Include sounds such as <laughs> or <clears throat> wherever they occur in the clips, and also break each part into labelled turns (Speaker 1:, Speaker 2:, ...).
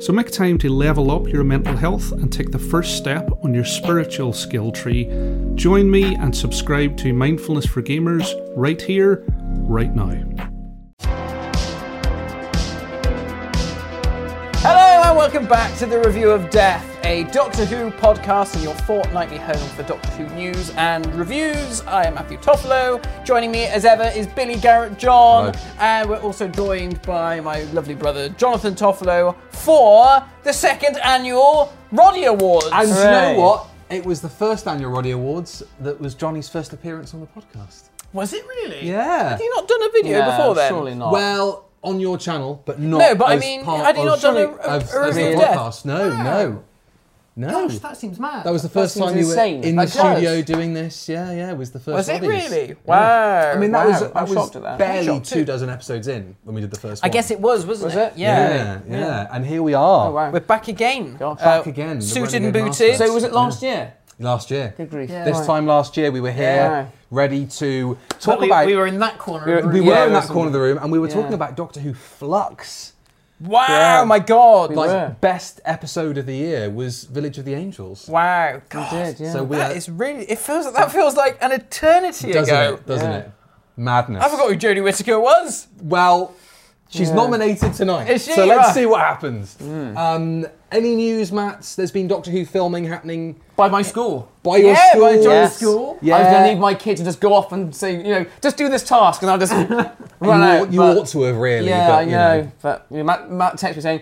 Speaker 1: So make time to level up your mental health and take the first step on your spiritual skill tree. Join me and subscribe to Mindfulness for Gamers right here, right now.
Speaker 2: Hello and welcome back to the Review of Death, a Doctor Who podcast and your fortnightly home for Doctor Who news and reviews. I am Matthew Toffolo. Joining me as ever is Billy Garrett John, and we're also joined by my lovely brother Jonathan Toffolo for the second annual Roddy Awards.
Speaker 3: And do you
Speaker 2: Hooray.
Speaker 3: know what? It was the first annual Roddy Awards that was Johnny's first appearance on the podcast.
Speaker 2: Was it really?
Speaker 3: Yeah.
Speaker 2: Have you not done a video before then?
Speaker 4: Surely not.
Speaker 3: Well, on your channel, but not.
Speaker 2: No, but I
Speaker 3: as
Speaker 2: mean,
Speaker 3: part
Speaker 2: had you
Speaker 3: of-
Speaker 2: not done a-
Speaker 3: Sorry,
Speaker 2: a-
Speaker 3: of-
Speaker 2: a
Speaker 3: as
Speaker 2: review
Speaker 3: the
Speaker 2: of Death? Ah.
Speaker 3: podcast? No, no, no.
Speaker 2: Gosh, that seems mad.
Speaker 3: that was the first
Speaker 4: seems
Speaker 3: time you were
Speaker 4: insane.
Speaker 3: in
Speaker 4: That
Speaker 3: the
Speaker 4: does.
Speaker 3: studio doing this. Yeah, yeah. It was the first.
Speaker 2: Was it
Speaker 3: Roddies.
Speaker 2: really?
Speaker 3: Yeah.
Speaker 2: Wow.
Speaker 3: I mean, that
Speaker 2: Wow,
Speaker 3: was
Speaker 2: I'm
Speaker 3: that was
Speaker 2: shocked at that. I'm
Speaker 3: barely
Speaker 2: shocked
Speaker 3: two dozen episodes in when we did the first.
Speaker 4: I
Speaker 3: one.
Speaker 4: guess it was, wasn't
Speaker 2: Was
Speaker 4: it?
Speaker 2: it?
Speaker 3: Yeah, yeah, And here we are.
Speaker 4: Oh, wow.
Speaker 2: We're back again. Uh,
Speaker 4: Gosh.
Speaker 3: Back again, the
Speaker 2: Suited and
Speaker 3: Renegade
Speaker 2: booted.
Speaker 3: Masters.
Speaker 4: So was it last year?
Speaker 3: Last year.
Speaker 4: Good grief. Yeah.
Speaker 3: This
Speaker 4: Right.
Speaker 3: time last year, we were here,
Speaker 4: Yeah.
Speaker 3: ready to talk
Speaker 2: we,
Speaker 3: about.
Speaker 2: we were in that corner. of the
Speaker 3: We
Speaker 2: room.
Speaker 3: were
Speaker 4: Yeah,
Speaker 3: in
Speaker 4: it
Speaker 3: that
Speaker 4: was-
Speaker 3: corner of the room, and we were
Speaker 4: yeah.
Speaker 3: talking about Doctor Who Flux.
Speaker 2: Wow,
Speaker 3: Yeah.
Speaker 2: my God.
Speaker 3: Like
Speaker 4: were.
Speaker 3: best episode of the year was Village of the Angels.
Speaker 2: wow, God.
Speaker 4: did, yeah.
Speaker 3: So we
Speaker 2: That
Speaker 3: are-
Speaker 2: is really. It feels that feels like an eternity
Speaker 3: doesn't
Speaker 2: ago.
Speaker 3: it? Doesn't
Speaker 4: Yeah.
Speaker 3: it? Madness.
Speaker 2: I forgot who Jodie Whittaker was.
Speaker 3: Well, she's
Speaker 4: Yeah.
Speaker 3: nominated tonight,
Speaker 2: Is she?
Speaker 3: so let's
Speaker 2: Right.
Speaker 3: see what happens.
Speaker 4: Hmm.
Speaker 3: Um, any news, Matt? There's been Doctor Who filming happening
Speaker 4: By my school.
Speaker 3: by your
Speaker 2: Yeah, by
Speaker 3: school.
Speaker 2: John's
Speaker 4: Yes.
Speaker 2: school?
Speaker 3: Yeah.
Speaker 4: I was going to need my kid to just go off and say, you know, just do this task and
Speaker 3: <laughs>
Speaker 4: I'll just
Speaker 3: You,
Speaker 4: run
Speaker 3: ought-
Speaker 4: out.
Speaker 3: you
Speaker 4: but-
Speaker 3: ought to have really.
Speaker 4: Yeah,
Speaker 3: but,
Speaker 4: I
Speaker 3: you
Speaker 4: know. But you know, Matt, Matt texted me saying,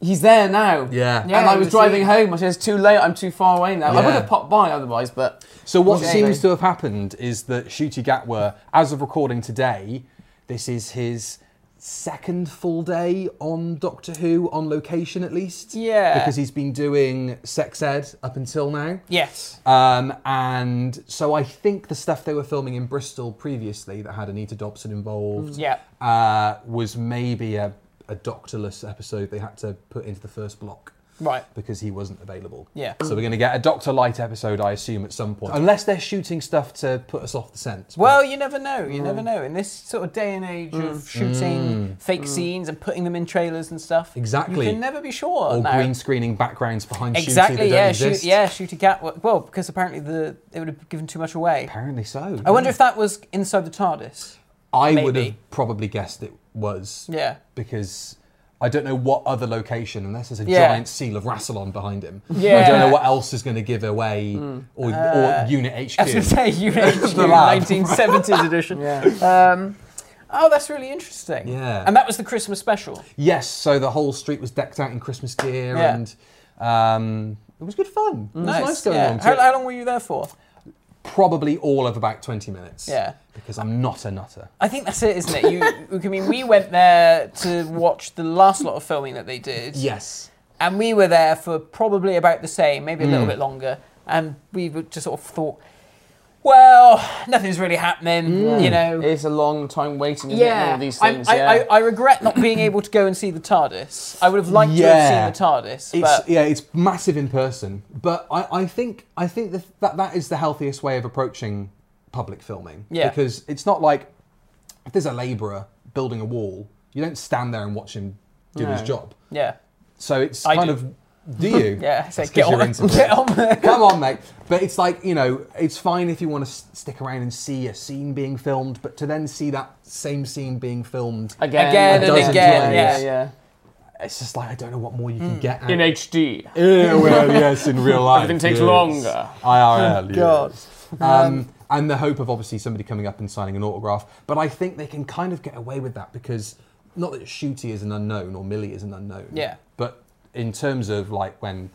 Speaker 4: he's there now.
Speaker 3: Yeah.
Speaker 4: And
Speaker 3: Yeah,
Speaker 4: I
Speaker 2: you
Speaker 4: was
Speaker 2: see.
Speaker 4: driving home. I said, it's too late. I'm too far away now. I
Speaker 3: Yeah.
Speaker 4: would have popped by otherwise, but.
Speaker 3: So what
Speaker 4: Okay.
Speaker 3: seems to have happened is that Shooty Gatwa, as of recording today, this is his second full day on Doctor Who on location at least.
Speaker 2: Yeah.
Speaker 3: Because he's been doing sex ed up until now.
Speaker 2: Yes.
Speaker 3: Um, and so I think the stuff they were filming in Bristol previously that had Anita Dobson involved
Speaker 2: Mm, Yeah.
Speaker 3: uh, was maybe a, a doctorless episode they had to put into the first block
Speaker 2: Right.
Speaker 3: because he wasn't available.
Speaker 2: Yeah.
Speaker 3: So we're going to get a Doctor Light episode, I assume, at some point. Unless they're shooting stuff to put us off the scent.
Speaker 2: Well, you never know. You
Speaker 4: Mm.
Speaker 2: never know. In this sort of day and age of shooting
Speaker 4: Mm.
Speaker 2: fake scenes and putting them in trailers and stuff,
Speaker 3: Mm. Exactly.
Speaker 2: you can never be sure.
Speaker 3: or
Speaker 2: now.
Speaker 3: green screening backgrounds behind
Speaker 2: Exactly.
Speaker 3: Shooty that
Speaker 2: Yeah.
Speaker 3: don't exist.
Speaker 2: Shoot. Yeah. Shoot a cat. Well, because apparently the it would have given too much away.
Speaker 3: Apparently so.
Speaker 2: I wonder
Speaker 4: Mm.
Speaker 2: if that was inside the TARDIS.
Speaker 3: I would
Speaker 2: maybe.
Speaker 3: have probably guessed it was.
Speaker 2: Yeah.
Speaker 3: Because I don't know what other location, unless there's a
Speaker 2: Yeah.
Speaker 3: giant seal of Rassilon behind him. I
Speaker 2: Yeah. Hmm. Uh,
Speaker 3: don't know what else is going to give away, or, or Unit HQ.
Speaker 2: I was going to say
Speaker 3: <laughs>
Speaker 2: UHQ
Speaker 3: The lab.
Speaker 2: 1970s
Speaker 3: <laughs>
Speaker 2: edition. Um, oh, that's really interesting.
Speaker 3: Yeah.
Speaker 2: And that was the Christmas special.
Speaker 3: Yes, so the whole street was decked out in Christmas gear
Speaker 2: Yeah.
Speaker 3: and um, it was good fun. It was nice, going
Speaker 2: yeah.
Speaker 3: on.
Speaker 2: How, how long were you there for?
Speaker 3: Probably all of about 20 minutes.
Speaker 2: Yeah.
Speaker 3: Because I'm not a nutter.
Speaker 2: I think that's it, isn't it? You, <laughs> I mean, we went there to watch the last lot of filming that they did.
Speaker 3: Yes.
Speaker 2: And we were there for probably about the same, maybe a
Speaker 3: Mm.
Speaker 2: little bit longer. And we were just sort of thought, well, nothing's really happening,
Speaker 3: Mm.
Speaker 2: you know.
Speaker 4: It's a long time waiting, isn't it?
Speaker 2: yeah,
Speaker 4: All these
Speaker 2: I'm-
Speaker 4: things.
Speaker 2: I,
Speaker 4: yeah.
Speaker 2: I, I, regret not being able to go and see the TARDIS. I would have liked
Speaker 3: Yeah.
Speaker 2: to have seen the TARDIS,
Speaker 3: It's,
Speaker 2: but
Speaker 3: yeah, it's massive in person, but I, I think I think that, that that is the healthiest way of approaching public filming.
Speaker 2: Yeah.
Speaker 3: Because it's not like if there's a labourer building a wall, you don't stand there and watch him do his job.
Speaker 2: yeah.
Speaker 3: So it's
Speaker 2: I
Speaker 3: kind
Speaker 2: do.
Speaker 3: of do you?
Speaker 2: <laughs> Yeah, I said
Speaker 3: That's
Speaker 2: get
Speaker 3: 'cause you're
Speaker 2: on,
Speaker 3: into it.
Speaker 2: <laughs> get
Speaker 3: <laughs>
Speaker 2: on there.
Speaker 3: Come on, mate. But it's like, you know, it's fine if you want to s- stick around and see a scene being filmed, but to then see that same scene being filmed,
Speaker 4: again,
Speaker 2: Again
Speaker 3: and again,
Speaker 4: Yeah,
Speaker 2: yeah.
Speaker 4: yeah.
Speaker 3: it's just like, I don't know what more you can
Speaker 2: Mm.
Speaker 3: get out.
Speaker 4: In HD.
Speaker 2: <laughs>
Speaker 3: Yeah, well, yes, in real life.
Speaker 4: Everything takes longer.
Speaker 3: IRL,
Speaker 2: God.
Speaker 3: yes. Um, and the hope of obviously somebody coming up and signing an autograph. But I think they can kind of get away with that because not that Shooty is an unknown or Millie is an unknown.
Speaker 2: Yeah.
Speaker 3: But in terms of like when,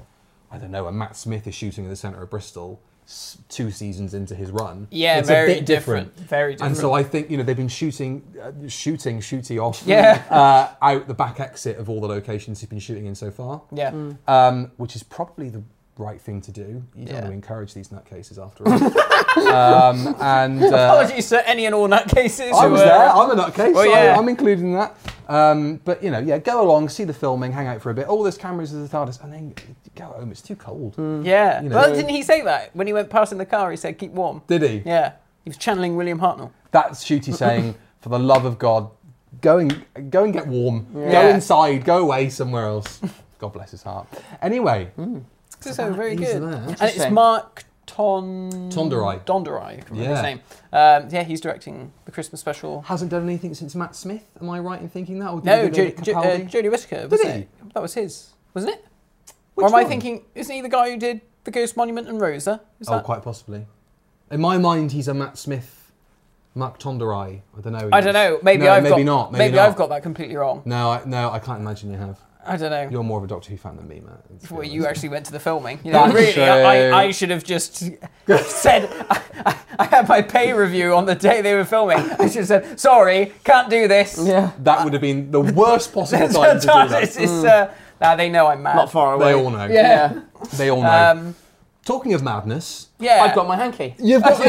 Speaker 3: I don't know, when Matt Smith is shooting in the centre of Bristol s- two seasons into his run,
Speaker 2: Yeah,
Speaker 3: it's
Speaker 2: very
Speaker 3: a bit different.
Speaker 2: different, very different.
Speaker 3: And so I think, you know, they've been shooting, uh, shooting Shooty off
Speaker 2: Yeah.
Speaker 3: uh, out the back exit of all the locations he's been shooting in so far
Speaker 2: Yeah.
Speaker 3: um, which is probably the right thing to do. You don't
Speaker 2: Yeah.
Speaker 3: want to encourage these nutcases after all. um, and uh,
Speaker 2: Apologies to any and all nutcases.
Speaker 3: I
Speaker 2: who
Speaker 3: was
Speaker 2: were-
Speaker 3: there. I'm a nutcase.
Speaker 2: Well,
Speaker 3: so
Speaker 2: yeah.
Speaker 3: I'm included in that. Um, but you know, yeah, go along, see the filming, hang out for a bit. All this cameras is the TARDIS, and then go home. It's too cold.
Speaker 2: Yeah.
Speaker 3: You know.
Speaker 2: Well, didn't he say that when he went past in the car? He said, "Keep warm."
Speaker 3: Did he?
Speaker 2: Yeah. He was channeling William Hartnell.
Speaker 3: That's Shooty saying, for the love of God, go and go and get warm. Go
Speaker 2: Yeah.
Speaker 3: inside. Go away somewhere else. <laughs> God bless his heart. Anyway,
Speaker 2: Hmm. So, very
Speaker 3: he's
Speaker 2: good.
Speaker 3: there.
Speaker 2: And it's
Speaker 4: Interesting.
Speaker 2: Mark Ton
Speaker 3: Tonderai.
Speaker 2: Donderai, I can remember his
Speaker 3: Yeah.
Speaker 2: name. Um, yeah, he's directing the Christmas special.
Speaker 3: hasn't done anything since Matt Smith. Am I right in thinking that? Or did
Speaker 2: No,
Speaker 3: he do
Speaker 2: Ju-
Speaker 3: it
Speaker 2: Ju- uh,
Speaker 3: Capaldi?
Speaker 2: Jodie Whittaker. Was
Speaker 3: Did
Speaker 2: it? That was his, wasn't it?
Speaker 3: Which
Speaker 2: or am I
Speaker 3: one?
Speaker 2: thinking? Isn't he the guy who did the Ghost Monument and Rosa? Is
Speaker 3: Oh,
Speaker 2: that?
Speaker 3: quite possibly. In my mind, he's a Matt Smith, Mark Tonderai. I don't know.
Speaker 2: I don't know. Maybe
Speaker 3: No,
Speaker 2: I've
Speaker 3: maybe
Speaker 2: got,
Speaker 3: not. Maybe, not.
Speaker 2: I've got that completely wrong.
Speaker 3: No, I, no, I can't imagine you have.
Speaker 2: I don't know.
Speaker 3: You're more of a Doctor Who fan than me, Matt. let's be
Speaker 2: Well, you
Speaker 3: honest.
Speaker 2: actually went to the filming. You know,
Speaker 3: That's
Speaker 2: really, I,
Speaker 3: true. <laughs>
Speaker 2: I, I should have just said, I, I, I had my pay review on the day they were filming. I should have said, sorry, can't do this.
Speaker 4: Yeah.
Speaker 3: That would have been the worst
Speaker 2: <laughs>
Speaker 3: possible time to do
Speaker 2: it's,
Speaker 3: that.
Speaker 2: it's, uh, nah, they know I'm mad.
Speaker 4: Mm. Not far
Speaker 3: They
Speaker 4: away.
Speaker 3: all know.
Speaker 4: Yeah.
Speaker 3: They all know.
Speaker 2: Um,
Speaker 3: Talking of madness,
Speaker 2: yeah.
Speaker 4: I've got my hanky.
Speaker 3: you've <laughs> got the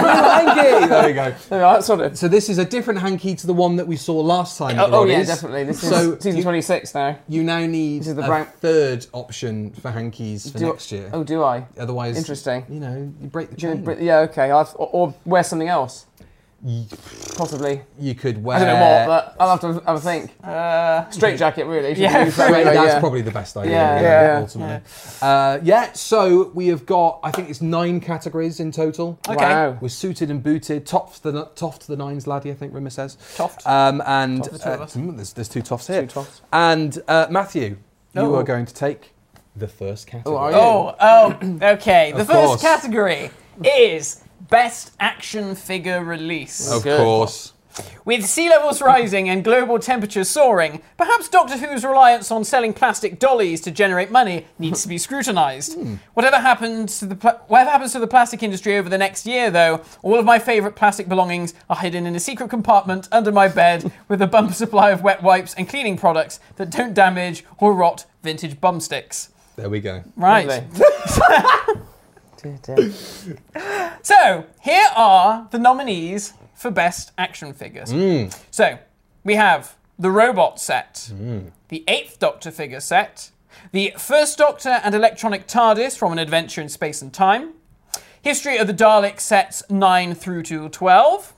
Speaker 3: hanky. There we go.
Speaker 4: There we are, that's sorted.
Speaker 3: So this is a different hanky to the one that we saw last time.
Speaker 4: Oh,
Speaker 3: at the
Speaker 4: oh yeah,
Speaker 3: Roddies.
Speaker 4: definitely. This is
Speaker 3: So
Speaker 4: season
Speaker 3: you-
Speaker 4: 26 now.
Speaker 3: You now need
Speaker 4: This is the
Speaker 3: a
Speaker 4: brown-
Speaker 3: third option for hankies for
Speaker 4: Do-
Speaker 3: next year.
Speaker 4: Oh, do I?
Speaker 3: Otherwise,
Speaker 4: Interesting.
Speaker 3: You know, you break the
Speaker 4: Do you-
Speaker 3: chain.
Speaker 4: but- yeah, okay. I've, or, or wear something else.
Speaker 3: Ye-
Speaker 4: Possibly.
Speaker 3: You could wear.
Speaker 4: I don't know what, but I'll have to have a think.
Speaker 2: uh,
Speaker 4: Straight jacket, really. if you
Speaker 2: Yeah,
Speaker 4: <laughs> can do
Speaker 3: Right,
Speaker 4: that, anyway,
Speaker 3: that's
Speaker 4: yeah.
Speaker 3: probably the best idea.
Speaker 4: Yeah,
Speaker 3: you know,
Speaker 4: yeah,
Speaker 3: ultimately. Uh, yeah. So we have got. I think it's nine categories in total.
Speaker 2: Okay.
Speaker 4: Wow.
Speaker 3: We're suited and booted. Toft the toft the nines, laddie. I think Rimmer says.
Speaker 2: Toft.
Speaker 3: Um, and
Speaker 2: Toft, the two of
Speaker 3: uh,
Speaker 2: us.
Speaker 3: mm, there's, there's two tofts here.
Speaker 4: Two toffs.
Speaker 3: And uh, Matthew, you
Speaker 2: Oh.
Speaker 3: are going to take the first category.
Speaker 4: are you?
Speaker 2: oh, oh, okay. The
Speaker 3: Of
Speaker 2: first
Speaker 3: course.
Speaker 2: category is Best Action Figure Release.
Speaker 3: Of
Speaker 4: Good.
Speaker 3: course.
Speaker 2: With sea levels rising and global temperatures soaring, perhaps Doctor Who's reliance on selling plastic dollies to generate money needs to be
Speaker 4: <laughs>
Speaker 2: scrutinised.
Speaker 4: Hmm.
Speaker 2: Whatever happens to the pla- whatever happens to the plastic industry over the next year, though, all of my favourite plastic belongings are hidden in a secret compartment under my bed with a bumper supply of wet wipes and cleaning products that don't damage or rot vintage bum sticks.
Speaker 3: There we go.
Speaker 2: Right.
Speaker 4: Dear, dear.
Speaker 2: <laughs> So, here are the nominees for Best Action Figures. So, we have the Robot set, the Eighth Doctor figure set, the First Doctor and Electronic TARDIS from An Adventure in Space and Time, History of the Daleks sets 9 through to 12,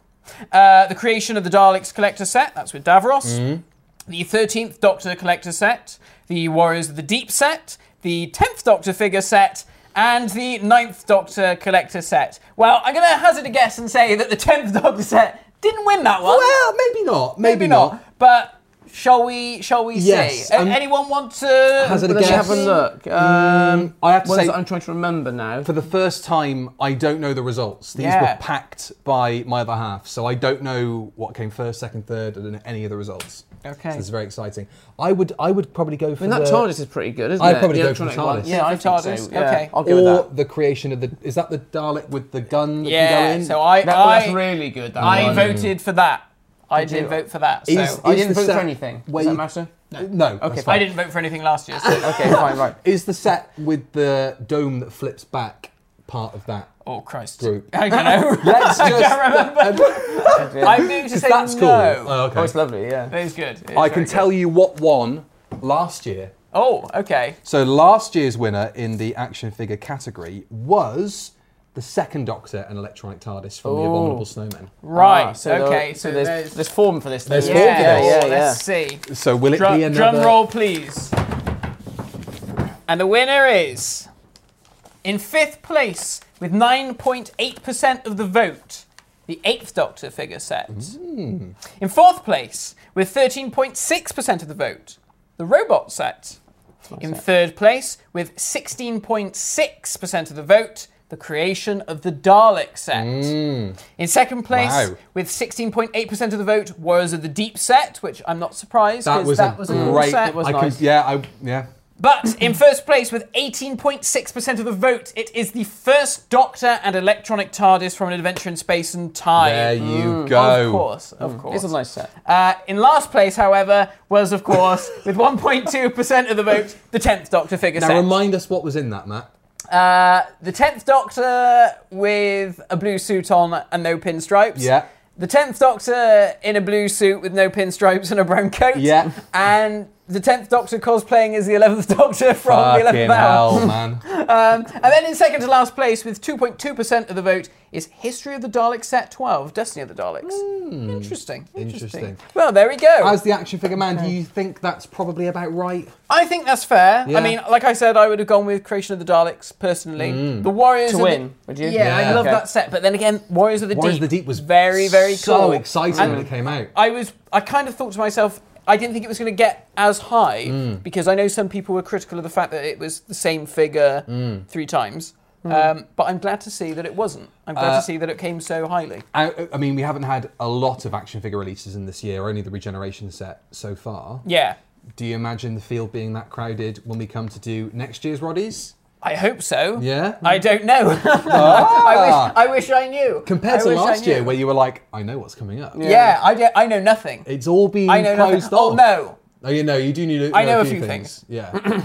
Speaker 2: uh, the Creation of the Daleks Collector set, that's with Davros,
Speaker 4: Mm-hmm.
Speaker 2: the 13th Doctor Collector set, the Warriors of the Deep set, the 10th Doctor figure set, and the 9th Doctor Collector set. Well, I'm going to hazard a guess and say that the 10th <laughs> Doctor set didn't win that one.
Speaker 3: Well, maybe not. Maybe, not.
Speaker 2: But shall we shall we
Speaker 3: Yes,
Speaker 2: see? A-
Speaker 3: um,
Speaker 2: Anyone want to
Speaker 3: Hazard a
Speaker 4: Let's
Speaker 3: guess.
Speaker 4: have a look. Um,
Speaker 3: I have to
Speaker 4: ones
Speaker 3: say,
Speaker 4: that I'm trying to remember now.
Speaker 3: for the first time, I don't know the results. These
Speaker 2: Yeah.
Speaker 3: were packed by my other half, so I don't know what came first, second, third, and any of the results.
Speaker 2: Okay.
Speaker 3: so it's very exciting. I would, I would probably go for
Speaker 4: I mean, that
Speaker 3: the,
Speaker 4: TARDIS is pretty good, isn't
Speaker 3: I'd
Speaker 4: it?
Speaker 3: probably
Speaker 4: the
Speaker 3: go for
Speaker 4: electronic
Speaker 3: the
Speaker 4: one.
Speaker 3: TARDIS.
Speaker 4: Yeah, I
Speaker 2: Yeah,
Speaker 4: think so.
Speaker 2: TARDIS,
Speaker 4: Yeah,
Speaker 2: okay.
Speaker 4: I'll go with
Speaker 3: or
Speaker 4: that.
Speaker 3: the creation of the is that the Dalek with the gun that can go
Speaker 2: Yeah,
Speaker 3: in?
Speaker 2: so I
Speaker 4: That-
Speaker 2: I,
Speaker 4: that's really good. That
Speaker 2: I
Speaker 4: one.
Speaker 2: voted for that. I did
Speaker 4: you?
Speaker 2: vote for that. So
Speaker 3: Is-
Speaker 4: I
Speaker 3: is
Speaker 4: didn't
Speaker 3: the
Speaker 4: vote
Speaker 3: set
Speaker 4: for anything.
Speaker 3: where
Speaker 4: Does that
Speaker 3: you-
Speaker 4: matter?
Speaker 3: no, okay,
Speaker 4: fine.
Speaker 2: I didn't vote for anything last year. So.
Speaker 4: Okay, fine, <laughs> right.
Speaker 3: Is the set with the dome that flips back part of that?
Speaker 2: oh Christ!
Speaker 3: Group.
Speaker 2: <laughs> I don't know.
Speaker 3: <laughs> Let's just, <laughs>
Speaker 2: I'm going to say
Speaker 3: that's cool.
Speaker 2: no.
Speaker 3: Oh,
Speaker 4: Oh,
Speaker 3: okay.
Speaker 4: it's lovely, yeah.
Speaker 2: That is good. It is
Speaker 3: I
Speaker 2: very
Speaker 3: can
Speaker 2: good.
Speaker 3: tell you what won last year.
Speaker 2: Oh, okay.
Speaker 3: So last year's winner in the action figure category was the second Doctor and Electronic TARDIS from the Abominable Snowman.
Speaker 2: Right.
Speaker 4: Ah, so there-
Speaker 2: okay.
Speaker 4: so there's, there's form for this thing.
Speaker 3: There's
Speaker 2: yeah,
Speaker 3: form for
Speaker 2: yeah,
Speaker 3: this.
Speaker 4: yeah, yeah.
Speaker 2: Let's see.
Speaker 3: So will it
Speaker 2: Drum,
Speaker 3: be another?
Speaker 2: drum roll, please. And the winner is in fifth place with 9.8% of the vote, the Eighth Doctor figure set.
Speaker 3: Hmm.
Speaker 2: In fourth place with 13.6% of the vote, the Robot set. In third place with 16.6% of the vote, the creation of the Dalek set. In second place
Speaker 3: Hmm. Wow.
Speaker 2: with 16.8% of the vote, Warriors of the Deep set, which I'm not surprised
Speaker 3: That was
Speaker 2: that
Speaker 3: a
Speaker 2: was a
Speaker 3: great.
Speaker 2: set.
Speaker 4: It was
Speaker 3: I
Speaker 4: nice.
Speaker 3: could, yeah, I, yeah.
Speaker 2: But in first place with 18.6% of the vote, it is the first Doctor and electronic TARDIS from an adventure in space and time.
Speaker 3: There you go.
Speaker 2: Mm, Of course, of course.
Speaker 4: It's a nice set.
Speaker 2: Uh, in last place, however, was of course with 1.2% of the vote, the tenth Doctor figure
Speaker 3: Now
Speaker 2: set.
Speaker 3: remind us what was in that, Matt.
Speaker 2: Uh, the tenth Doctor with a blue suit on and no pinstripes.
Speaker 3: Yeah.
Speaker 2: The tenth Doctor in a blue suit with no pinstripes and a brown coat.
Speaker 3: Yeah.
Speaker 2: And the tenth Doctor cosplaying as the eleventh <laughs> Doctor from the
Speaker 3: Fucking
Speaker 2: eleventh hour. <laughs>
Speaker 3: hell, man.
Speaker 2: Um, and then in second to last place with 2.2% of the vote is History of the Daleks Set 12, Destiny of the Daleks. Interesting, interesting.
Speaker 3: Hmm. Interesting.
Speaker 2: Well, there we go.
Speaker 3: As the action figure man, do you think that's probably about right?
Speaker 2: I think that's fair.
Speaker 3: Yeah.
Speaker 2: I mean, like I said, I would have gone with Creation of the Daleks personally. The Warriors
Speaker 4: To
Speaker 2: of the-
Speaker 4: win, would you?
Speaker 2: Yeah, I
Speaker 3: Mm. Yeah.
Speaker 2: love
Speaker 4: Okay.
Speaker 2: that set. But then again, Warriors of the
Speaker 3: Warriors
Speaker 2: Deep.
Speaker 3: of the Deep was
Speaker 2: very, very
Speaker 3: so
Speaker 2: cool.
Speaker 3: exciting
Speaker 2: And
Speaker 3: when it came out.
Speaker 2: I was, I kind of thought to myself, I didn't think it was going to get as high
Speaker 3: Mm.
Speaker 2: because I know some people were critical of the fact that it was the same figure
Speaker 3: Mm.
Speaker 2: three times.
Speaker 4: Mm.
Speaker 2: Um, but I'm glad to see that it wasn't. I'm glad
Speaker 3: Uh,
Speaker 2: to see that it came so highly.
Speaker 3: I, I mean, we haven't had a lot of action figure releases in this year, only the regeneration set so far.
Speaker 2: Yeah,
Speaker 3: Do you imagine the field being that crowded when we come to do next year's Roddies?
Speaker 2: I hope so.
Speaker 3: Yeah.
Speaker 2: I don't know.
Speaker 3: Ah.
Speaker 2: <laughs> I wish. I wish I knew.
Speaker 3: Compared
Speaker 2: I
Speaker 3: to
Speaker 2: wish I
Speaker 3: last year,
Speaker 2: knew.
Speaker 3: where you were like, I know what's coming up.
Speaker 2: yeah, I, don't- I know nothing.
Speaker 3: It's all being
Speaker 2: I know nothing.
Speaker 3: closed
Speaker 2: Oh
Speaker 3: off.
Speaker 2: no.
Speaker 3: Oh, you know, you do need. To
Speaker 2: I know a few <clears throat>
Speaker 3: Yeah.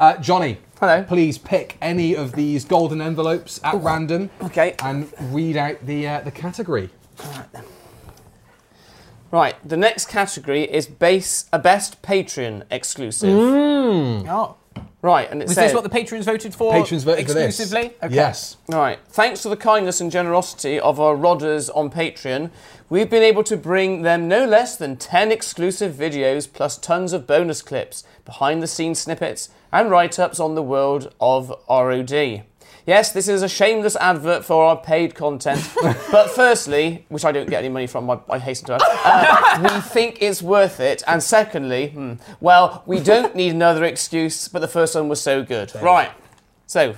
Speaker 3: uh, Johnny.
Speaker 4: Hello.
Speaker 3: Please pick any of these golden envelopes at random.
Speaker 4: okay.
Speaker 3: And read out the uh, the category.
Speaker 4: Right, the next category is base a best Patreon exclusive.
Speaker 2: Oh.
Speaker 4: Right, and it
Speaker 2: Was
Speaker 4: says
Speaker 2: this what the patrons voted for?
Speaker 3: Hmm. Patrons voted for this.
Speaker 2: exclusively.
Speaker 3: Yes.
Speaker 4: Right. Thanks to the kindness and generosity of our rodders on Patreon, we've been able to bring them no less than 10 exclusive videos plus tons of bonus clips, behind the scenes snippets, and write ups on the world of ROD. Yes, this is a shameless advert for our paid content, but firstly, which I don't get any money from, I, I hasten to add, uh, we think it's worth it, and secondly, hmm, well, we don't need another excuse, but the first one was so good. Right, so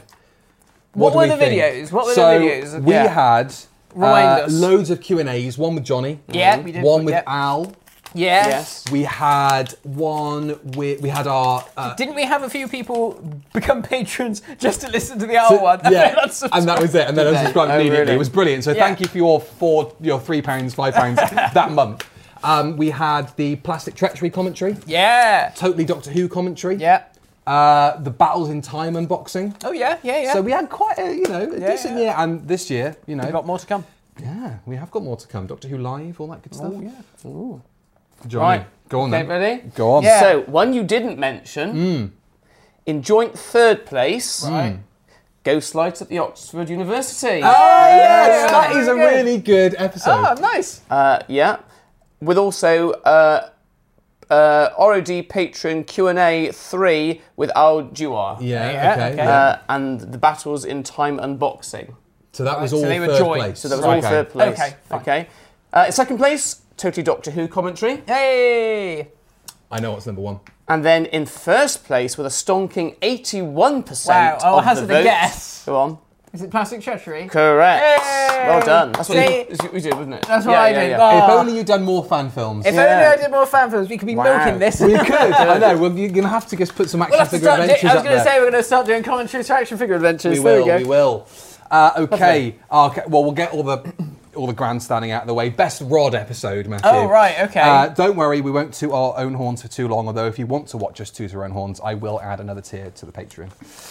Speaker 2: What,
Speaker 3: do
Speaker 2: were
Speaker 3: we
Speaker 2: the
Speaker 3: think?
Speaker 2: videos? What were
Speaker 3: So,
Speaker 2: the videos?
Speaker 3: We
Speaker 4: Yeah.
Speaker 3: had
Speaker 2: Remind
Speaker 3: uh,
Speaker 2: us.
Speaker 3: loads of Q and A's. One with Johnny.
Speaker 2: Yeah, we did.
Speaker 3: One with
Speaker 2: Yeah.
Speaker 3: Al.
Speaker 2: Yes.
Speaker 4: yes.
Speaker 3: We had one with we had our uh,
Speaker 2: Didn't we have a few people become <laughs> patrons just to listen to the hour one? <laughs> And then unsubscribe?
Speaker 3: and that was it, and then I subscribed
Speaker 4: Oh,
Speaker 3: immediately.
Speaker 4: really?
Speaker 3: It was brilliant. So
Speaker 2: Yeah.
Speaker 3: thank you for your four, your three pounds,
Speaker 2: <laughs>
Speaker 3: five pounds that month. Um, we had the plastic treachery commentary,
Speaker 2: yeah.
Speaker 3: totally Doctor Who commentary,
Speaker 2: Yeah.
Speaker 3: uh, the battles in time unboxing.
Speaker 2: Oh yeah. Yeah. Yeah.
Speaker 3: So we had quite a you know a
Speaker 2: Yeah,
Speaker 3: decent
Speaker 2: yeah.
Speaker 3: year, and this year you know
Speaker 2: We've got more to come.
Speaker 3: yeah we have got more to come. Doctor Who live, all that good stuff.
Speaker 2: Oh, yeah.
Speaker 3: Johnny,
Speaker 4: Right.
Speaker 3: go on
Speaker 4: Okay,
Speaker 3: then.
Speaker 4: ready?
Speaker 3: Go on.
Speaker 2: Yeah.
Speaker 4: So, one you didn't mention, in joint third place,
Speaker 2: Hmm.
Speaker 4: Ghost Light at the Oxford University.
Speaker 3: Oh yes,
Speaker 2: Yeah.
Speaker 3: that is a
Speaker 2: Very good.
Speaker 3: really good episode.
Speaker 2: Oh, nice.
Speaker 4: Uh, yeah. With also uh, uh, ROD patron Q&A 3 with Al Duar.
Speaker 3: yeah,
Speaker 2: Yeah,
Speaker 3: okay.
Speaker 2: okay.
Speaker 3: yeah.
Speaker 4: Uh, and the battles in time unboxing.
Speaker 3: so that was
Speaker 2: so
Speaker 3: all
Speaker 2: they were
Speaker 3: third
Speaker 2: joined,
Speaker 3: place.
Speaker 4: So that was all
Speaker 3: Okay.
Speaker 4: third place.
Speaker 2: Okay, fine.
Speaker 4: Okay. Uh, in second place, Totally Doctor Who commentary.
Speaker 2: Hey.
Speaker 3: I know what's number one.
Speaker 4: And then in first place with a stonking 81%
Speaker 2: Wow. Oh,
Speaker 4: of
Speaker 2: hazard
Speaker 4: the
Speaker 2: a
Speaker 4: votes.
Speaker 2: guess.
Speaker 4: Go on.
Speaker 2: Is it plastic treachery?
Speaker 4: Correct.
Speaker 2: Yay!
Speaker 4: Well done. That's what
Speaker 2: See?
Speaker 4: you, that's what we did, wasn't it?
Speaker 2: That's what I did. Oh.
Speaker 3: if only you'd done more fan films.
Speaker 2: If only I did more fan films, we could be
Speaker 4: Wow.
Speaker 2: milking this. <laughs>
Speaker 3: we could. I know. Well, you're going to have to just put some action
Speaker 2: We'll have to
Speaker 3: figure
Speaker 2: start.
Speaker 3: adventures
Speaker 2: Doing, I was
Speaker 3: up
Speaker 2: going to
Speaker 3: there.
Speaker 2: say we're going to start doing commentaries for action figure adventures.
Speaker 3: we
Speaker 2: there
Speaker 3: will.
Speaker 2: we go.
Speaker 3: We will. Uh, okay. okay. Well, we'll get all the all the grandstanding out of the way. Best Rod episode, Matthew.
Speaker 2: Oh, right, okay.
Speaker 3: Uh, don't worry, we won't toot our own horns for too long. Although, if you want to watch us toot our own horns, I will add another tier to the Patreon.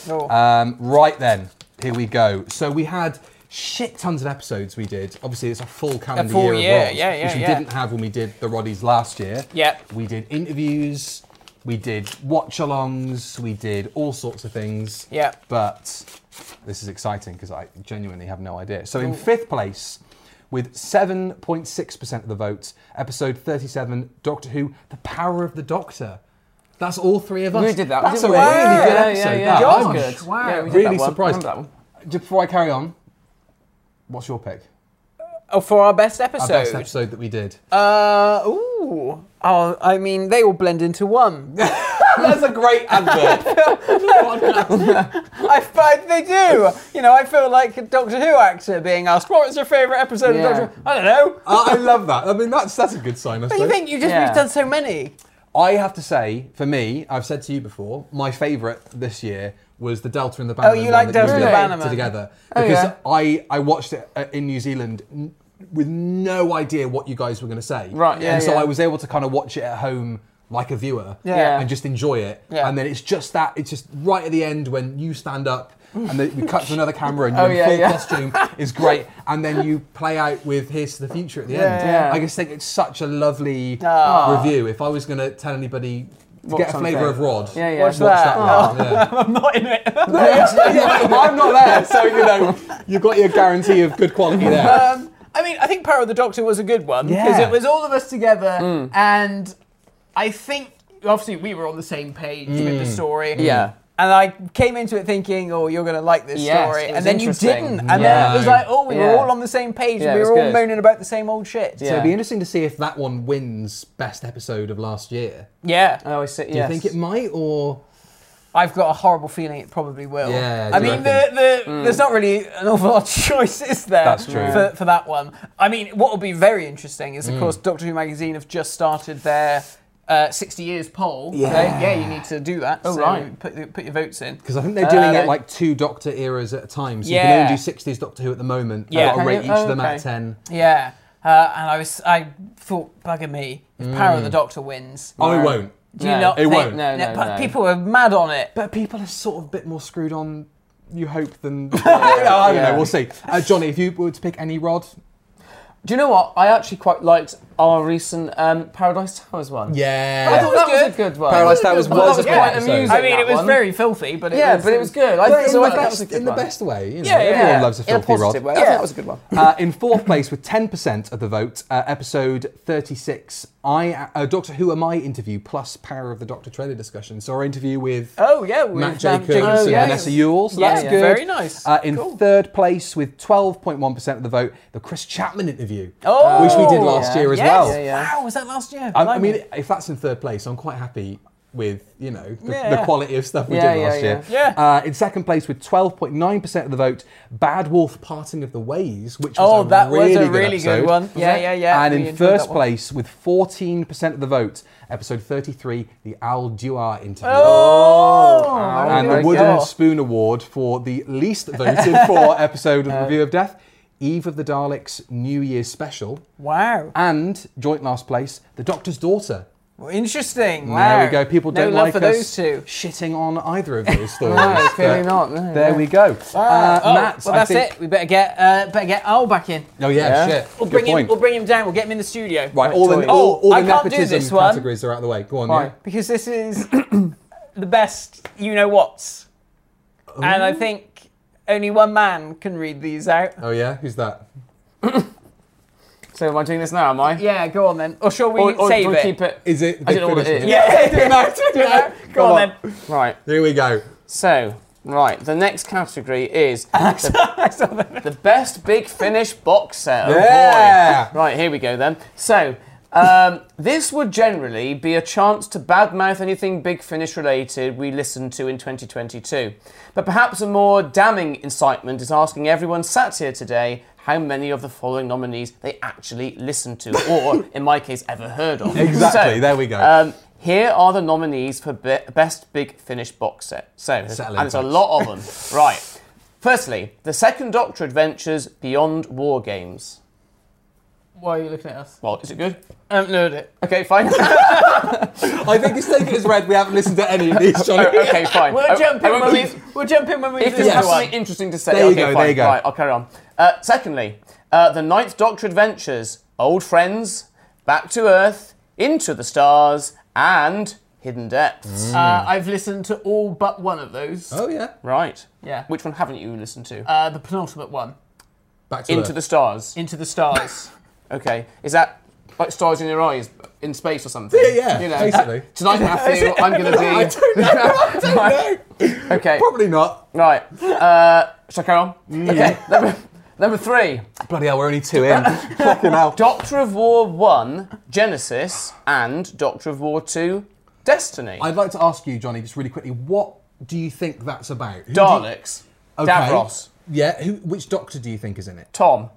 Speaker 2: Oh.
Speaker 3: Um, right then, here we go. So we had shit tons of episodes we did. Obviously, it's a full calendar
Speaker 2: full
Speaker 3: year,
Speaker 2: year,
Speaker 3: of Rods,
Speaker 2: yeah, yeah,
Speaker 3: which we
Speaker 2: yeah.
Speaker 3: didn't have when we did the Roddies last year.
Speaker 2: Yep.
Speaker 3: We did interviews, we did watch-alongs, we did all sorts of things.
Speaker 2: Yep.
Speaker 3: But this is exciting because I genuinely have no idea. So in fifth place, with 7.6% of the vote, episode 37, Doctor Who, The Power of the Doctor. That's all three of us.
Speaker 4: We did that.
Speaker 3: That's a
Speaker 4: didn't
Speaker 3: really
Speaker 4: we? yeah,
Speaker 3: good
Speaker 4: yeah,
Speaker 3: episode.
Speaker 4: Yeah, yeah.
Speaker 3: that.
Speaker 4: That
Speaker 3: I'm
Speaker 4: was good.
Speaker 2: wow.
Speaker 4: Yeah, we did
Speaker 3: really
Speaker 4: that one.
Speaker 3: surprised.
Speaker 4: Remember that one?
Speaker 3: Just before I carry on, what's your pick?
Speaker 2: Oh, for our best
Speaker 3: Our
Speaker 2: episode.
Speaker 3: best episode that we
Speaker 4: <laughs>
Speaker 3: did.
Speaker 2: Uh, ooh. Oh, I mean, they all blend into one. <laughs>
Speaker 3: That's a great advert.
Speaker 2: I find they do. You know, I feel like a Doctor Who actor being asked, what was your favourite episode
Speaker 4: Yeah.
Speaker 2: of Doctor Who? I don't know.
Speaker 3: <laughs> I, I love that. I mean, that's that's a good sign. I
Speaker 2: But you
Speaker 3: suppose.
Speaker 2: think you just,
Speaker 4: Yeah.
Speaker 2: we've done so many.
Speaker 3: I have to say, for me, I've said to you before, my favourite this year was the Delta and the Bannerman.
Speaker 2: Oh, you
Speaker 3: one
Speaker 2: like
Speaker 3: that
Speaker 2: Delta
Speaker 3: did
Speaker 2: and the Bannerman?
Speaker 3: together
Speaker 4: Oh,
Speaker 3: because
Speaker 4: yeah.
Speaker 3: I I watched it uh, in New Zealand n- with no idea what you guys were going to say.
Speaker 4: Right, yeah,
Speaker 3: And so
Speaker 4: yeah.
Speaker 3: I was able to kind of watch it at home like a viewer
Speaker 4: Yeah.
Speaker 3: and just enjoy it.
Speaker 2: Yeah.
Speaker 3: And then it's just that it's just right at the end when you stand up and they, we cut to another camera,
Speaker 2: <laughs>
Speaker 3: and
Speaker 2: Oh,
Speaker 3: you're in
Speaker 2: yeah,
Speaker 3: full
Speaker 2: yeah.
Speaker 3: costume is great, and then you play out with "Here's to the future" at the end.
Speaker 2: yeah.
Speaker 3: I just think it's such a lovely
Speaker 2: Ah.
Speaker 3: review. If I was going to tell anybody to
Speaker 4: Watch
Speaker 3: get a flavour
Speaker 4: something.
Speaker 3: of Rod,
Speaker 4: Yeah, yeah.
Speaker 2: Watch
Speaker 3: watch
Speaker 2: that.
Speaker 3: that.
Speaker 2: Oh.
Speaker 3: one, <laughs> yeah.
Speaker 2: <laughs> I'm not in <laughs> it.
Speaker 3: Yeah, I'm not there, so you know you've got your guarantee of good quality there.
Speaker 2: um, I mean, I think Power of the Doctor was a good one because
Speaker 3: Yeah.
Speaker 2: it was all of us together,
Speaker 4: Hmm.
Speaker 2: and I think obviously we were on the same page with the story.
Speaker 4: Yeah.
Speaker 2: And I came into it thinking, oh, you're going to like this
Speaker 4: Yes,
Speaker 2: story.
Speaker 4: it was
Speaker 2: And then you
Speaker 4: interesting.
Speaker 2: didn't. And then
Speaker 3: Yeah.
Speaker 2: it was like, oh, we
Speaker 4: Yeah.
Speaker 2: were all on the same page.
Speaker 4: Yeah,
Speaker 2: we
Speaker 4: it
Speaker 2: were
Speaker 4: was
Speaker 2: all
Speaker 4: good.
Speaker 2: moaning about the same old shit.
Speaker 4: Yeah.
Speaker 3: It'd be interesting to see if that one wins best episode of last year.
Speaker 2: Yeah.
Speaker 4: Oh, I see.
Speaker 3: Do you think it might, or
Speaker 2: I've got a horrible feeling it probably will.
Speaker 3: Yeah,
Speaker 2: I
Speaker 3: do you
Speaker 2: mean, the, the, there's not really an awful lot of <laughs> choices there
Speaker 3: That's true. Hmm.
Speaker 2: For, for that one. I mean, what will be very interesting is, of course, Doctor Who Magazine have just started their uh, 60 years poll. Yeah. yeah, you need to do that. Oh,
Speaker 4: right.
Speaker 2: Put, put your votes in.
Speaker 3: because I think they're doing
Speaker 2: Uh,
Speaker 3: it like two Doctor eras at a time, so you
Speaker 2: Yeah.
Speaker 3: can only do sixties Doctor Who at the moment.
Speaker 2: Yeah.
Speaker 3: Yeah, got to rate
Speaker 4: Okay,
Speaker 3: each
Speaker 4: oh,
Speaker 3: of them out
Speaker 4: okay.
Speaker 3: of ten.
Speaker 2: Yeah. Uh, and I was, I thought, bugger me, if Power of the Doctor wins.
Speaker 3: Hmm. Oh, it won't.
Speaker 2: do you
Speaker 4: No,
Speaker 2: not
Speaker 4: it
Speaker 2: think-
Speaker 3: won't.
Speaker 4: No, no,
Speaker 2: but
Speaker 4: no.
Speaker 2: people are mad on it.
Speaker 3: But people are sort of a bit more screwed on. You hope than <laughs> I don't
Speaker 4: Yeah.
Speaker 3: know. We'll see. Uh, Johnny, if you were to pick any Rod,
Speaker 4: Do you know what? I actually quite liked our recent um, Paradise Towers one.
Speaker 3: yeah,
Speaker 4: I thought that was a
Speaker 2: good.
Speaker 4: good one.
Speaker 3: Paradise Towers
Speaker 4: Well,
Speaker 3: was,
Speaker 4: that was
Speaker 3: a
Speaker 4: quite
Speaker 3: good episode.
Speaker 4: amusing.
Speaker 2: I mean,
Speaker 4: that
Speaker 2: it was
Speaker 4: one.
Speaker 2: very filthy, but it
Speaker 4: Yeah,
Speaker 2: was,
Speaker 4: but it was good.
Speaker 3: But
Speaker 4: I think
Speaker 3: in,
Speaker 4: so.
Speaker 3: the
Speaker 4: that was a
Speaker 3: best,
Speaker 4: good
Speaker 3: in the
Speaker 4: one.
Speaker 3: best way, you know,
Speaker 4: Yeah, yeah,
Speaker 3: everyone
Speaker 4: yeah.
Speaker 3: loves a
Speaker 4: In a
Speaker 3: filthy Rod.
Speaker 4: positive way. I thought that was a good one.
Speaker 3: Uh, in fourth place with 10% of the vote, uh, episode 36, I uh, Doctor Who Am I interview plus Power of the Doctor trailer discussion. So our interview with
Speaker 2: Oh, yeah. with
Speaker 3: Matt
Speaker 2: Matt
Speaker 3: Jacobs
Speaker 2: Jacobs,
Speaker 3: and
Speaker 4: Oh,
Speaker 2: yeah.
Speaker 3: Vanessa Yule. So
Speaker 2: Yeah,
Speaker 3: that's
Speaker 2: yeah.
Speaker 3: good.
Speaker 2: Very nice.
Speaker 3: Uh, in
Speaker 2: Cool.
Speaker 3: third place with 12.1% of the vote, the Chris Chapman interview,
Speaker 2: Oh,
Speaker 3: which we did last
Speaker 4: yeah.
Speaker 3: year as
Speaker 2: yes.
Speaker 3: well.
Speaker 4: Yeah, yeah.
Speaker 2: Wow, was that last year?
Speaker 3: I, I
Speaker 2: Blimey.
Speaker 3: mean, if that's in third place, I'm quite happy with you know the,
Speaker 2: Yeah,
Speaker 3: the
Speaker 2: yeah.
Speaker 3: quality of stuff we
Speaker 4: Yeah,
Speaker 3: did
Speaker 4: yeah,
Speaker 3: last
Speaker 4: yeah.
Speaker 3: year.
Speaker 2: Yeah.
Speaker 3: Uh, in second place with 12.9 percent of the vote, Bad Wolf Parting of the Ways, which was
Speaker 2: Oh,
Speaker 3: a
Speaker 2: that was
Speaker 3: really
Speaker 2: a
Speaker 3: good
Speaker 2: really good
Speaker 3: episode.
Speaker 2: one. Yeah, yeah, yeah,
Speaker 3: And
Speaker 2: we
Speaker 3: in
Speaker 2: enjoyed
Speaker 3: first
Speaker 2: that one.
Speaker 3: place with 14 percent of the vote, episode 33, the Al Duar interview.
Speaker 2: Oh,
Speaker 3: And
Speaker 4: very
Speaker 3: the
Speaker 4: good.
Speaker 3: Wooden Spoon Award for the least voted
Speaker 2: <laughs>
Speaker 3: for episode of Review of Death, Eve of the Daleks New Year's Special,
Speaker 2: Wow.
Speaker 3: and joint last place, The Doctor's Daughter.
Speaker 2: Well, interesting. Wow.
Speaker 3: There we go. People
Speaker 2: no
Speaker 3: don't
Speaker 2: love
Speaker 3: like
Speaker 2: for those
Speaker 3: us
Speaker 2: two.
Speaker 3: shitting
Speaker 2: <laughs>
Speaker 3: on either of those stories.
Speaker 4: No, clearly
Speaker 3: but
Speaker 4: not. No,
Speaker 3: There
Speaker 4: yeah.
Speaker 3: we go. Uh,
Speaker 2: oh,
Speaker 3: Matt,
Speaker 2: well,
Speaker 3: I
Speaker 2: that's
Speaker 3: think-
Speaker 2: it. We better get uh, better get Al back in.
Speaker 3: Oh yeah,
Speaker 4: Yeah.
Speaker 3: shit.
Speaker 2: We'll
Speaker 3: Good
Speaker 2: bring him.
Speaker 3: point.
Speaker 2: We'll bring him down. We'll get him in the studio.
Speaker 3: right, all
Speaker 4: Joey.
Speaker 3: the all,
Speaker 2: Oh,
Speaker 3: all
Speaker 2: I
Speaker 3: the
Speaker 2: can't do
Speaker 3: nepotism
Speaker 2: this one.
Speaker 3: categories are out of the way. Go on,
Speaker 4: Why?
Speaker 2: because this is the best. You know what's, and
Speaker 3: Oh.
Speaker 2: I think only one man can read these out.
Speaker 3: yeah. Oh yeah, who's that?
Speaker 4: So am I doing this now? Am I?
Speaker 2: Yeah, go on then. Or shall we
Speaker 4: Or, or
Speaker 2: save
Speaker 4: do we
Speaker 2: it?
Speaker 4: keep it?
Speaker 3: Is it?
Speaker 4: I don't know what it
Speaker 3: Finished
Speaker 4: is.
Speaker 2: <laughs>
Speaker 3: with
Speaker 2: Yeah, do it now. Do it now. Go
Speaker 3: Come
Speaker 2: on,
Speaker 3: on.
Speaker 2: then.
Speaker 4: Right.
Speaker 3: Here we go.
Speaker 4: So, right, the next category
Speaker 3: <laughs>
Speaker 4: is the, the best big finish box set. Oh, boy.
Speaker 3: Yeah.
Speaker 4: Right, here we go then. So, um, this would generally be a chance to badmouth anything big finish related we listened to in 2022. But perhaps a more damning incitement is asking everyone sat here today how many of the following nominees they actually listened to, or in my case, ever heard
Speaker 3: <laughs>
Speaker 4: of.
Speaker 3: Exactly.
Speaker 4: So,
Speaker 3: there we go.
Speaker 4: um, here are the nominees for be- best big finish box set. So,
Speaker 3: Settle
Speaker 4: and
Speaker 3: in,
Speaker 4: there's a
Speaker 3: folks.
Speaker 4: lot of
Speaker 3: <laughs>
Speaker 4: them. right. Firstly, the Second Doctor Adventures Beyond War Games.
Speaker 2: Why are you looking at us?
Speaker 4: Well, is it good?
Speaker 2: I haven't heard it.
Speaker 3: <laughs>
Speaker 4: Okay, fine. <laughs>
Speaker 3: I think it's taken as read. We haven't listened to any
Speaker 2: <laughs>
Speaker 3: of these, Johnny.
Speaker 2: Oh,
Speaker 4: okay, fine.
Speaker 2: We'll
Speaker 4: I-
Speaker 2: jump
Speaker 4: I
Speaker 2: in
Speaker 4: won't
Speaker 2: when we.
Speaker 4: believe-
Speaker 2: <laughs> We'll jump in when we.
Speaker 4: If
Speaker 2: do
Speaker 4: there's
Speaker 2: the other one.
Speaker 4: something interesting to say,
Speaker 3: There you
Speaker 4: okay,
Speaker 3: go, there
Speaker 4: fine.
Speaker 3: you go.
Speaker 4: Right, I'll carry on. Uh, secondly, uh, the Ninth Doctor Adventures, Old Friends, Back to Earth, Into the Stars, and Hidden Depths.
Speaker 3: Mm.
Speaker 2: Uh, I've listened to all but one of those.
Speaker 3: Oh yeah.
Speaker 4: Right.
Speaker 2: Yeah.
Speaker 4: Which one haven't you listened to?
Speaker 2: Uh, the penultimate one,
Speaker 3: Back to
Speaker 4: Into the Stars.
Speaker 2: Into the Stars.
Speaker 4: Okay. Is that like stars in your eyes in space or something?
Speaker 3: Yeah,
Speaker 2: <laughs>
Speaker 3: yeah, basically. <laughs>
Speaker 4: Tonight, Matthew, I'm going to be.
Speaker 3: I don't know. I don't know.
Speaker 4: Okay.
Speaker 3: Probably Mm-hmm. not.
Speaker 4: Right. Uh, shall I carry on? Okay. Number, number three
Speaker 3: Bloody hell, we're only
Speaker 2: <laughs>
Speaker 3: two in. Fucking hell.
Speaker 4: Doctor of War 1, Genesis, and Doctor of War 2, Destiny.
Speaker 3: I'd like to ask you, Johnny, just really quickly, what do you think that's about? Who do you-
Speaker 4: Daleks.
Speaker 3: Okay.
Speaker 4: Davros.
Speaker 3: Yeah, who, which doctor do you think is in it?
Speaker 4: Tom.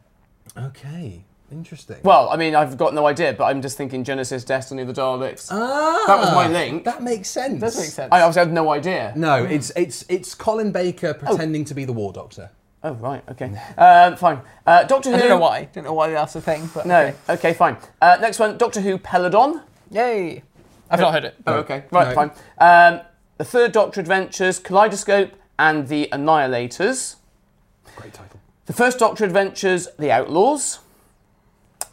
Speaker 3: Okay, interesting.
Speaker 4: Well, I mean, I've got no idea, but I'm just thinking Genesis, Destiny, the Daleks.
Speaker 3: ah,
Speaker 4: that was my link.
Speaker 3: That makes sense.
Speaker 2: <laughs> Does make sense.
Speaker 4: I obviously had no idea.
Speaker 3: No, it's it's it's Colin Baker pretending to be the War Doctor.
Speaker 4: Oh, right, okay. Um, fine. Uh, Doctor Who.
Speaker 2: I don't know why. Don't know why that's a thing. But
Speaker 4: No,
Speaker 2: okay.
Speaker 4: okay, fine. Uh, next one Doctor Who Peladon.
Speaker 2: Yay! I've not heard it.
Speaker 4: Oh, okay.
Speaker 3: No.
Speaker 4: Right, fine. Um, the third Doctor Adventures, Kaleidoscope, and the Annihilators.
Speaker 3: Great title.
Speaker 4: The first Doctor adventures the Outlaws.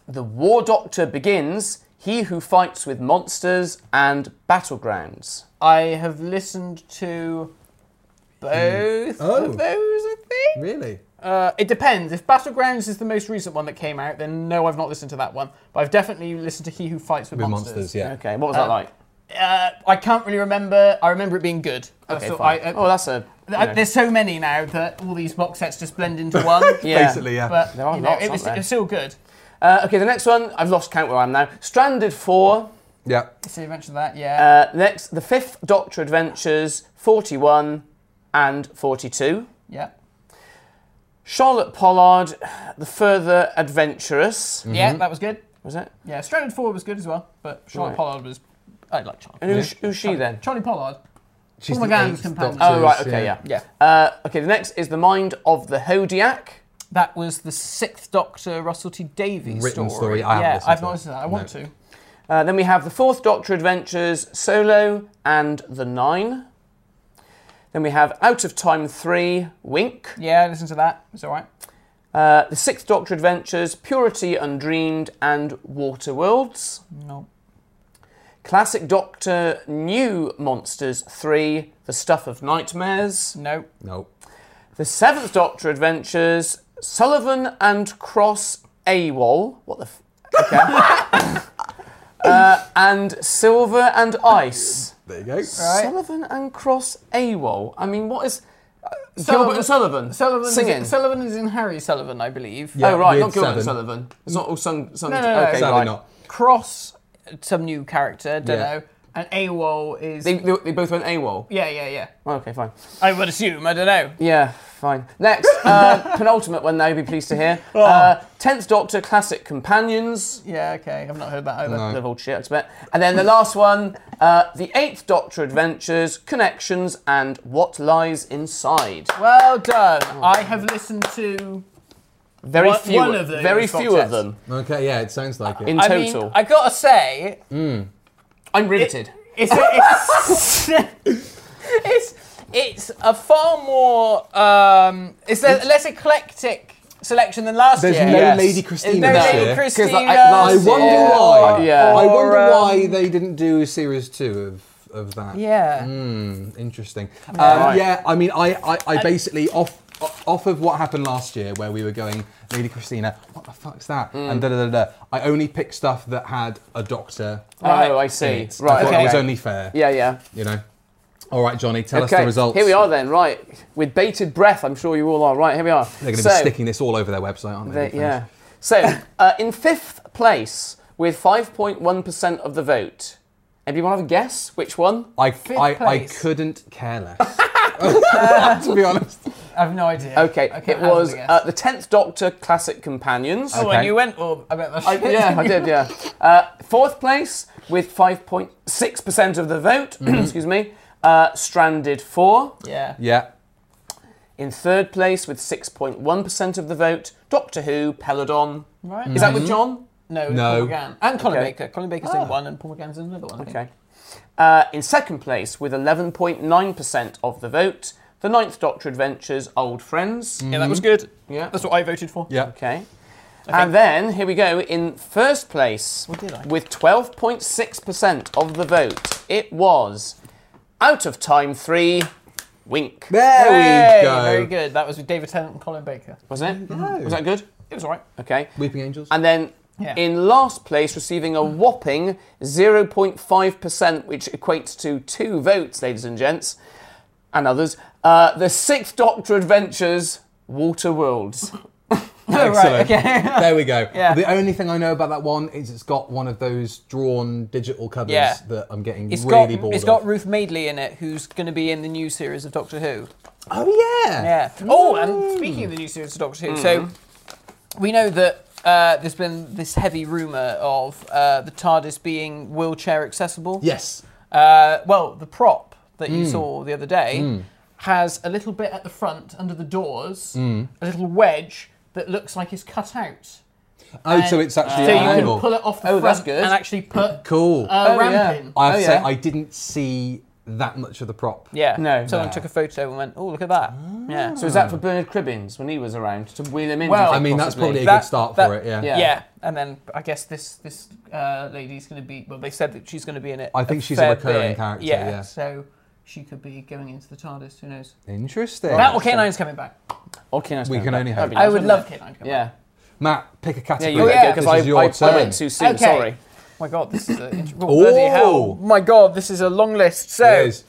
Speaker 4: The War Doctor begins He Who Fights with Monsters and Battlegrounds.
Speaker 2: I have listened to both
Speaker 3: Oh.
Speaker 2: of those, I think.
Speaker 3: Really?
Speaker 2: Uh, it depends. If Battlegrounds is the most recent one that came out, then no, I've not listened to that one. But I've definitely listened to He Who Fights with,
Speaker 3: With monsters, yeah.
Speaker 4: Okay, what was that
Speaker 2: Uh,
Speaker 4: like?
Speaker 2: Uh, I can't really remember. I remember it being good.
Speaker 4: Okay,
Speaker 2: So I-
Speaker 4: fine.
Speaker 2: uh,
Speaker 4: oh, that's a. you
Speaker 2: I-
Speaker 4: know.
Speaker 2: there's so many now that all these box sets just blend into <laughs> one.
Speaker 4: Yeah.
Speaker 3: Basically, yeah.
Speaker 2: But
Speaker 4: There are
Speaker 2: you know,
Speaker 4: lots,
Speaker 2: it
Speaker 4: aren't
Speaker 2: was,
Speaker 4: there?
Speaker 2: it's still good.
Speaker 4: Uh, okay, the next one, I've lost count where I am now. Stranded 4.
Speaker 3: yeah.
Speaker 2: So you mentioned that, yeah.
Speaker 4: Uh, next, The Fifth Doctor Adventures 41 and 42.
Speaker 2: yeah.
Speaker 4: Charlotte Pollard, <sighs> The Further Adventurous.
Speaker 2: Yeah, that was good.
Speaker 4: Was it?
Speaker 2: Yeah, Stranded 4 was good as well, but Charlotte
Speaker 4: Right.
Speaker 2: Pollard was. I like Charlotte.
Speaker 4: And who's, who's she then?
Speaker 2: Charlie Pollard.
Speaker 3: She's
Speaker 2: Paul
Speaker 3: the
Speaker 2: McGann's
Speaker 3: eighth
Speaker 2: companion.
Speaker 3: Doctor,
Speaker 4: Oh, right,
Speaker 3: so-
Speaker 4: okay, yeah.
Speaker 2: Yeah.
Speaker 4: Uh, okay, the next is The Mind of the Hodiac.
Speaker 2: That was the sixth Doctor Russell T Davies
Speaker 3: Written
Speaker 2: story.
Speaker 3: story. I haven't
Speaker 2: yeah,
Speaker 3: listened
Speaker 2: I've
Speaker 3: to
Speaker 2: not
Speaker 3: it.
Speaker 2: listened to that. I
Speaker 3: No.
Speaker 2: want to.
Speaker 4: Uh, then we have the Fourth Doctor Adventures Solo and The Nine. Then we have Out of Time 3, Wink.
Speaker 2: Yeah, I listened to that. It's all right.
Speaker 4: Uh, the Sixth Doctor Adventures Purity Undreamed and Water Worlds.
Speaker 2: No.
Speaker 4: Classic Doctor New Monsters 3, The Stuff of Nightmares.
Speaker 2: No.
Speaker 3: No.
Speaker 4: The Seventh Doctor Adventures Sullivan and Cross AWOL. What the f?
Speaker 2: <laughs>
Speaker 4: Okay. uh, and Silver and Ice.
Speaker 3: There you go.
Speaker 2: Right.
Speaker 4: Sullivan and Cross AWOL. I mean, what is uh,
Speaker 2: Sullivan-
Speaker 4: Gilbert and Sullivan?
Speaker 2: Sullivan
Speaker 4: singing.
Speaker 2: Is, Sullivan is in Harry Sullivan, I believe.
Speaker 3: Yeah.
Speaker 4: oh right,
Speaker 3: with
Speaker 4: not Gilbert and
Speaker 3: Seven.
Speaker 4: Sullivan. It's not all sung. sung
Speaker 2: No, no, no,
Speaker 4: okay,
Speaker 3: Sadly
Speaker 4: right.
Speaker 3: not.
Speaker 2: Cross, some new character, don't
Speaker 3: Yeah.
Speaker 2: know. And AWOL is.
Speaker 4: They, they, they both went AWOL.
Speaker 2: yeah, yeah, yeah.
Speaker 4: Oh, Okay, fine.
Speaker 2: I would assume. I don't know.
Speaker 4: Yeah, fine. <laughs> Next, uh, penultimate one. Now you'll be pleased to hear. Uh, Tenth Doctor, classic companions.
Speaker 2: Yeah, okay. I've not heard that either.
Speaker 4: Bit of old shit, I expect. And then the last one, uh, the Eighth Doctor Adventures, Connections, and What Lies Inside.
Speaker 2: Well done.
Speaker 4: Oh,
Speaker 2: I have listened to.
Speaker 4: Very
Speaker 2: One-
Speaker 4: few.
Speaker 2: one of those
Speaker 4: very
Speaker 2: box
Speaker 4: few
Speaker 2: sets.
Speaker 4: of them
Speaker 3: Okay, yeah, it sounds like it.
Speaker 4: in
Speaker 2: I mean,
Speaker 4: total.
Speaker 2: I gotta say,
Speaker 4: I'm riveted.
Speaker 2: It's it's, <laughs> it's it's a far more um, it's a less eclectic selection than last
Speaker 3: There's
Speaker 2: year.
Speaker 3: no
Speaker 4: Yes.
Speaker 3: Lady
Speaker 2: There's
Speaker 3: Christina.
Speaker 2: no
Speaker 4: No.
Speaker 3: this
Speaker 2: Lady
Speaker 3: year.
Speaker 4: 'Cause
Speaker 2: Christina.
Speaker 4: I- last
Speaker 3: I wonder
Speaker 4: Yeah.
Speaker 3: why.
Speaker 4: Yeah.
Speaker 3: I wonder
Speaker 2: Or, um,
Speaker 3: why they didn't do series two of, of that.
Speaker 2: Yeah.
Speaker 3: Hmm, interesting. Um,
Speaker 4: Right.
Speaker 3: Yeah, I mean, I, I, I basically off off of what happened last year, where we were going, Lady Christina, what the fuck's that?
Speaker 4: Mm.
Speaker 3: And da da da da. I only picked stuff that had a doctor.
Speaker 4: Oh, I see.
Speaker 3: in it. I
Speaker 4: Right.
Speaker 3: thought
Speaker 4: okay.
Speaker 3: it was only fair.
Speaker 4: yeah, yeah.
Speaker 3: You know. All right, Johnny, tell us
Speaker 4: Okay.
Speaker 3: the results.
Speaker 4: Here we are then. Right, with bated breath. I'm sure you all are. Right, here we are.
Speaker 3: They're going to
Speaker 4: so,
Speaker 3: be sticking this all over their website, aren't they?
Speaker 4: they- yeah. <laughs> So uh, in fifth place with 5.1% of the vote. Anyone have a guess which one?
Speaker 3: I, I, I
Speaker 2: place.
Speaker 3: couldn't care
Speaker 4: <laughs>
Speaker 3: less. <laughs> to be honest.
Speaker 2: I have no idea.
Speaker 4: Okay,
Speaker 2: I can't
Speaker 4: it
Speaker 2: hazard
Speaker 4: was
Speaker 2: a guess.
Speaker 4: uh, the Tenth Doctor Classic Companions.
Speaker 2: oh, and
Speaker 3: okay.
Speaker 2: you went. Well, I bet that's
Speaker 4: I, yeah,
Speaker 2: <laughs>
Speaker 4: I did. Yeah. Uh, fourth place with 5.6 percent of the vote. <clears throat> excuse me. Uh, stranded four
Speaker 2: Mm-hmm. yeah.
Speaker 3: Yeah.
Speaker 4: in third place with 6.1 percent of the vote. Doctor Who, Peladon.
Speaker 2: Right. Mm-hmm.
Speaker 4: Is that with John?
Speaker 2: no?
Speaker 3: No.
Speaker 2: Paul
Speaker 3: Ah.
Speaker 2: McGann and Colin
Speaker 4: Okay.
Speaker 2: Baker. Colin Baker's in one, and Paul McGann's in another one. I think.
Speaker 4: Okay. Uh, in second place with 11.9 percent of the vote. The Ninth Doctor Adventures, Old Friends.
Speaker 2: Mm-hmm. Yeah, that was good.
Speaker 4: Yeah.
Speaker 2: That's what I voted for.
Speaker 3: Yeah.
Speaker 4: Okay. And then here we go in first place
Speaker 2: Well, did I?
Speaker 4: with 12.6% of the vote. It was out of time 3 wink.
Speaker 3: There
Speaker 2: Hey,
Speaker 3: we go.
Speaker 2: Very good. That was with David Tennant and Colin Baker.
Speaker 4: Was it? Was that good?
Speaker 2: It was all right.
Speaker 4: Okay.
Speaker 3: Weeping Angels.
Speaker 4: And then
Speaker 2: Yeah.
Speaker 4: in last place receiving a whopping 0.5% which equates to 2 votes ladies and gents and others. Uh, the 6th Doctor Adventures Water Worlds.
Speaker 2: Oh, <laughs> right.
Speaker 3: Excellent.
Speaker 2: Okay.
Speaker 3: <laughs> there we go.
Speaker 2: Yeah.
Speaker 3: The only thing I know about that one is it's got one of those drawn digital covers
Speaker 2: Yeah.
Speaker 3: that I'm getting
Speaker 2: It's
Speaker 3: really
Speaker 2: got
Speaker 3: bored
Speaker 2: it's
Speaker 3: of.
Speaker 2: got Ruth Madeley in it, who's going to be in the new series of Doctor Who.
Speaker 3: oh yeah.
Speaker 2: Yeah. Oh, and speaking of the new series of Doctor Who, so we know that uh, there's been this heavy rumor of uh, the TARDIS being wheelchair accessible.
Speaker 3: Yes.
Speaker 2: Uh, well, the prop that you saw the other day has a little bit at the front under the doors, a little wedge that looks like it's cut out.
Speaker 3: Oh, so it's actually
Speaker 2: uh, so
Speaker 3: at
Speaker 2: you
Speaker 3: an
Speaker 2: can
Speaker 3: angle.
Speaker 2: pull it off uh, Oh, the
Speaker 4: Oh,
Speaker 2: front
Speaker 4: that's good.
Speaker 2: and actually put
Speaker 3: cool.
Speaker 2: a ramp
Speaker 4: yeah.
Speaker 2: in.
Speaker 3: I have
Speaker 4: Oh,
Speaker 3: to say
Speaker 4: yeah.
Speaker 3: I didn't see that much of the prop.
Speaker 2: Yeah.
Speaker 4: No.
Speaker 2: Someone
Speaker 4: No.
Speaker 2: took a photo and went, "Oh, look at that."
Speaker 3: Ah.
Speaker 2: Yeah.
Speaker 4: So is that for Bernard Cribbins when he was around to wheel him in?
Speaker 2: Well-
Speaker 4: do you
Speaker 3: I
Speaker 4: think,
Speaker 3: mean, that's
Speaker 4: possibly?
Speaker 3: probably a
Speaker 2: That-
Speaker 3: good start
Speaker 2: that-
Speaker 3: for it. Yeah.
Speaker 4: yeah.
Speaker 2: yeah. And then I guess this this uh, lady's going to be. Well, they said that she's going to be in it.
Speaker 3: I think she's a
Speaker 2: fair
Speaker 3: recurring
Speaker 2: bit.
Speaker 3: character, yeah.
Speaker 2: So she could be going into the TARDIS. Who knows?
Speaker 3: Interesting.
Speaker 2: that or K9's coming back.
Speaker 4: Or Kino's
Speaker 3: We
Speaker 4: coming
Speaker 3: can
Speaker 4: back.
Speaker 3: only
Speaker 4: That'd
Speaker 3: hope.
Speaker 4: be
Speaker 2: I
Speaker 4: nice,
Speaker 2: would
Speaker 4: wouldn't
Speaker 2: love K9 coming
Speaker 4: it? Yeah.
Speaker 3: Matt, pick a
Speaker 4: Yeah,
Speaker 3: category.
Speaker 4: you
Speaker 2: Oh, yeah.
Speaker 4: because
Speaker 3: This is
Speaker 4: I,
Speaker 3: your
Speaker 4: I, I
Speaker 3: turn.
Speaker 4: went too soon.
Speaker 2: Okay.
Speaker 4: Sorry.
Speaker 2: Oh my god, this is a
Speaker 3: <laughs>
Speaker 2: inter- oh,
Speaker 3: Oh!
Speaker 2: bloody hell. My god, this is a long list.
Speaker 3: It
Speaker 2: So
Speaker 3: is.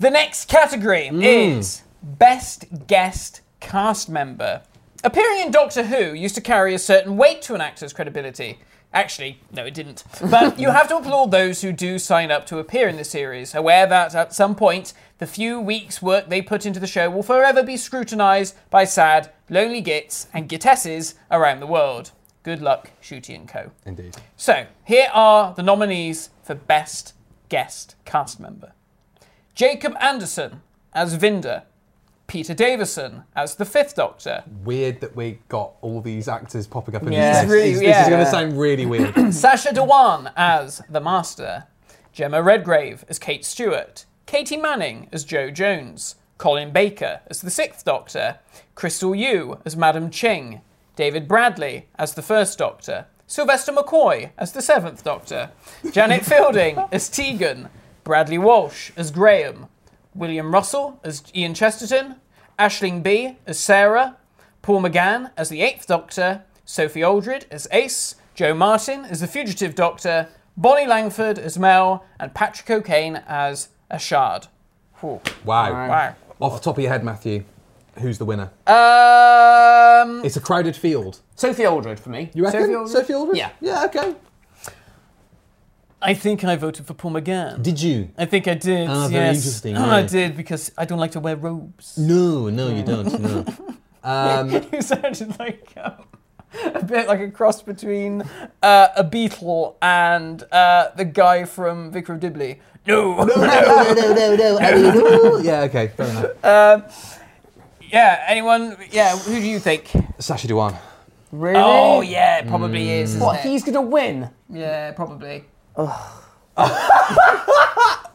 Speaker 2: the next category is best guest cast member. Appearing in Doctor Who used to carry a certain weight to an actor's credibility. Actually, no, it didn't. But you have to applaud those who do sign up to appear in the series, aware that at some point, the few weeks' work they put into the show will forever be scrutinised by sad, lonely gits and gittesses around the world. Good luck, Shooty and Co.
Speaker 3: Indeed.
Speaker 2: So, here are the nominees for Best Guest Cast Member Jacob Anderson as Vinder, Peter Davison as the Fifth Doctor,
Speaker 3: Weird that we got all these actors popping up in
Speaker 4: Yeah.
Speaker 3: this
Speaker 4: It's
Speaker 3: list.
Speaker 2: really-
Speaker 3: this
Speaker 2: yeah.
Speaker 3: is going to sound really
Speaker 2: <clears throat>
Speaker 3: weird.
Speaker 2: Sasha Dewan as the Master, Gemma Redgrave as Kate Stewart, Katie Manning as Joe Jones, Colin Baker as the Sixth Doctor, Crystal Yu as Madam Ching, David Bradley as the First Doctor, Sylvester McCoy as the Seventh Doctor, Janet Fielding as Tegan, Bradley Walsh as Graham, William Russell as Ian Chesterton, Ashling B as Sarah, Paul McGann as the Eighth Doctor, Sophie Aldred as Ace, Joe Martin as the Fugitive Doctor, Bonnie Langford as Mel, and Patrick O'Kane as Ashard. Whew.
Speaker 3: Wow. Uh,
Speaker 2: Wow.
Speaker 3: Off the top of your head, Matthew, who's the winner?
Speaker 2: Um,
Speaker 3: it's a crowded field.
Speaker 4: Sophie Aldred for me.
Speaker 3: You reckon?
Speaker 2: Sophie Aldred?
Speaker 3: Yeah.
Speaker 2: Yeah.
Speaker 3: Yeah, okay.
Speaker 2: I think I voted for Paul McGann.
Speaker 3: Did you?
Speaker 2: I think I did.
Speaker 3: Ah, very
Speaker 2: yes.
Speaker 3: interesting,
Speaker 2: Ah, I
Speaker 3: yeah.
Speaker 2: did because I don't like to wear robes. <laughs>
Speaker 3: No, no, you don't. <laughs> No. Um,
Speaker 2: You sounded like um, <laughs> a bit like a cross between uh, a beetle and uh, the guy from Vicar of Dibley. No. <laughs>
Speaker 3: <laughs> no, no, no, no, no. <laughs> I mean, ooh. yeah, okay, fair enough.
Speaker 2: Um, yeah. Anyone? Yeah. Who do you think?
Speaker 3: Sasha Dewan.
Speaker 4: Really?
Speaker 2: Oh yeah, it probably is. Isn't
Speaker 4: What?
Speaker 2: it?
Speaker 4: He's gonna win.
Speaker 2: Yeah, probably. <laughs>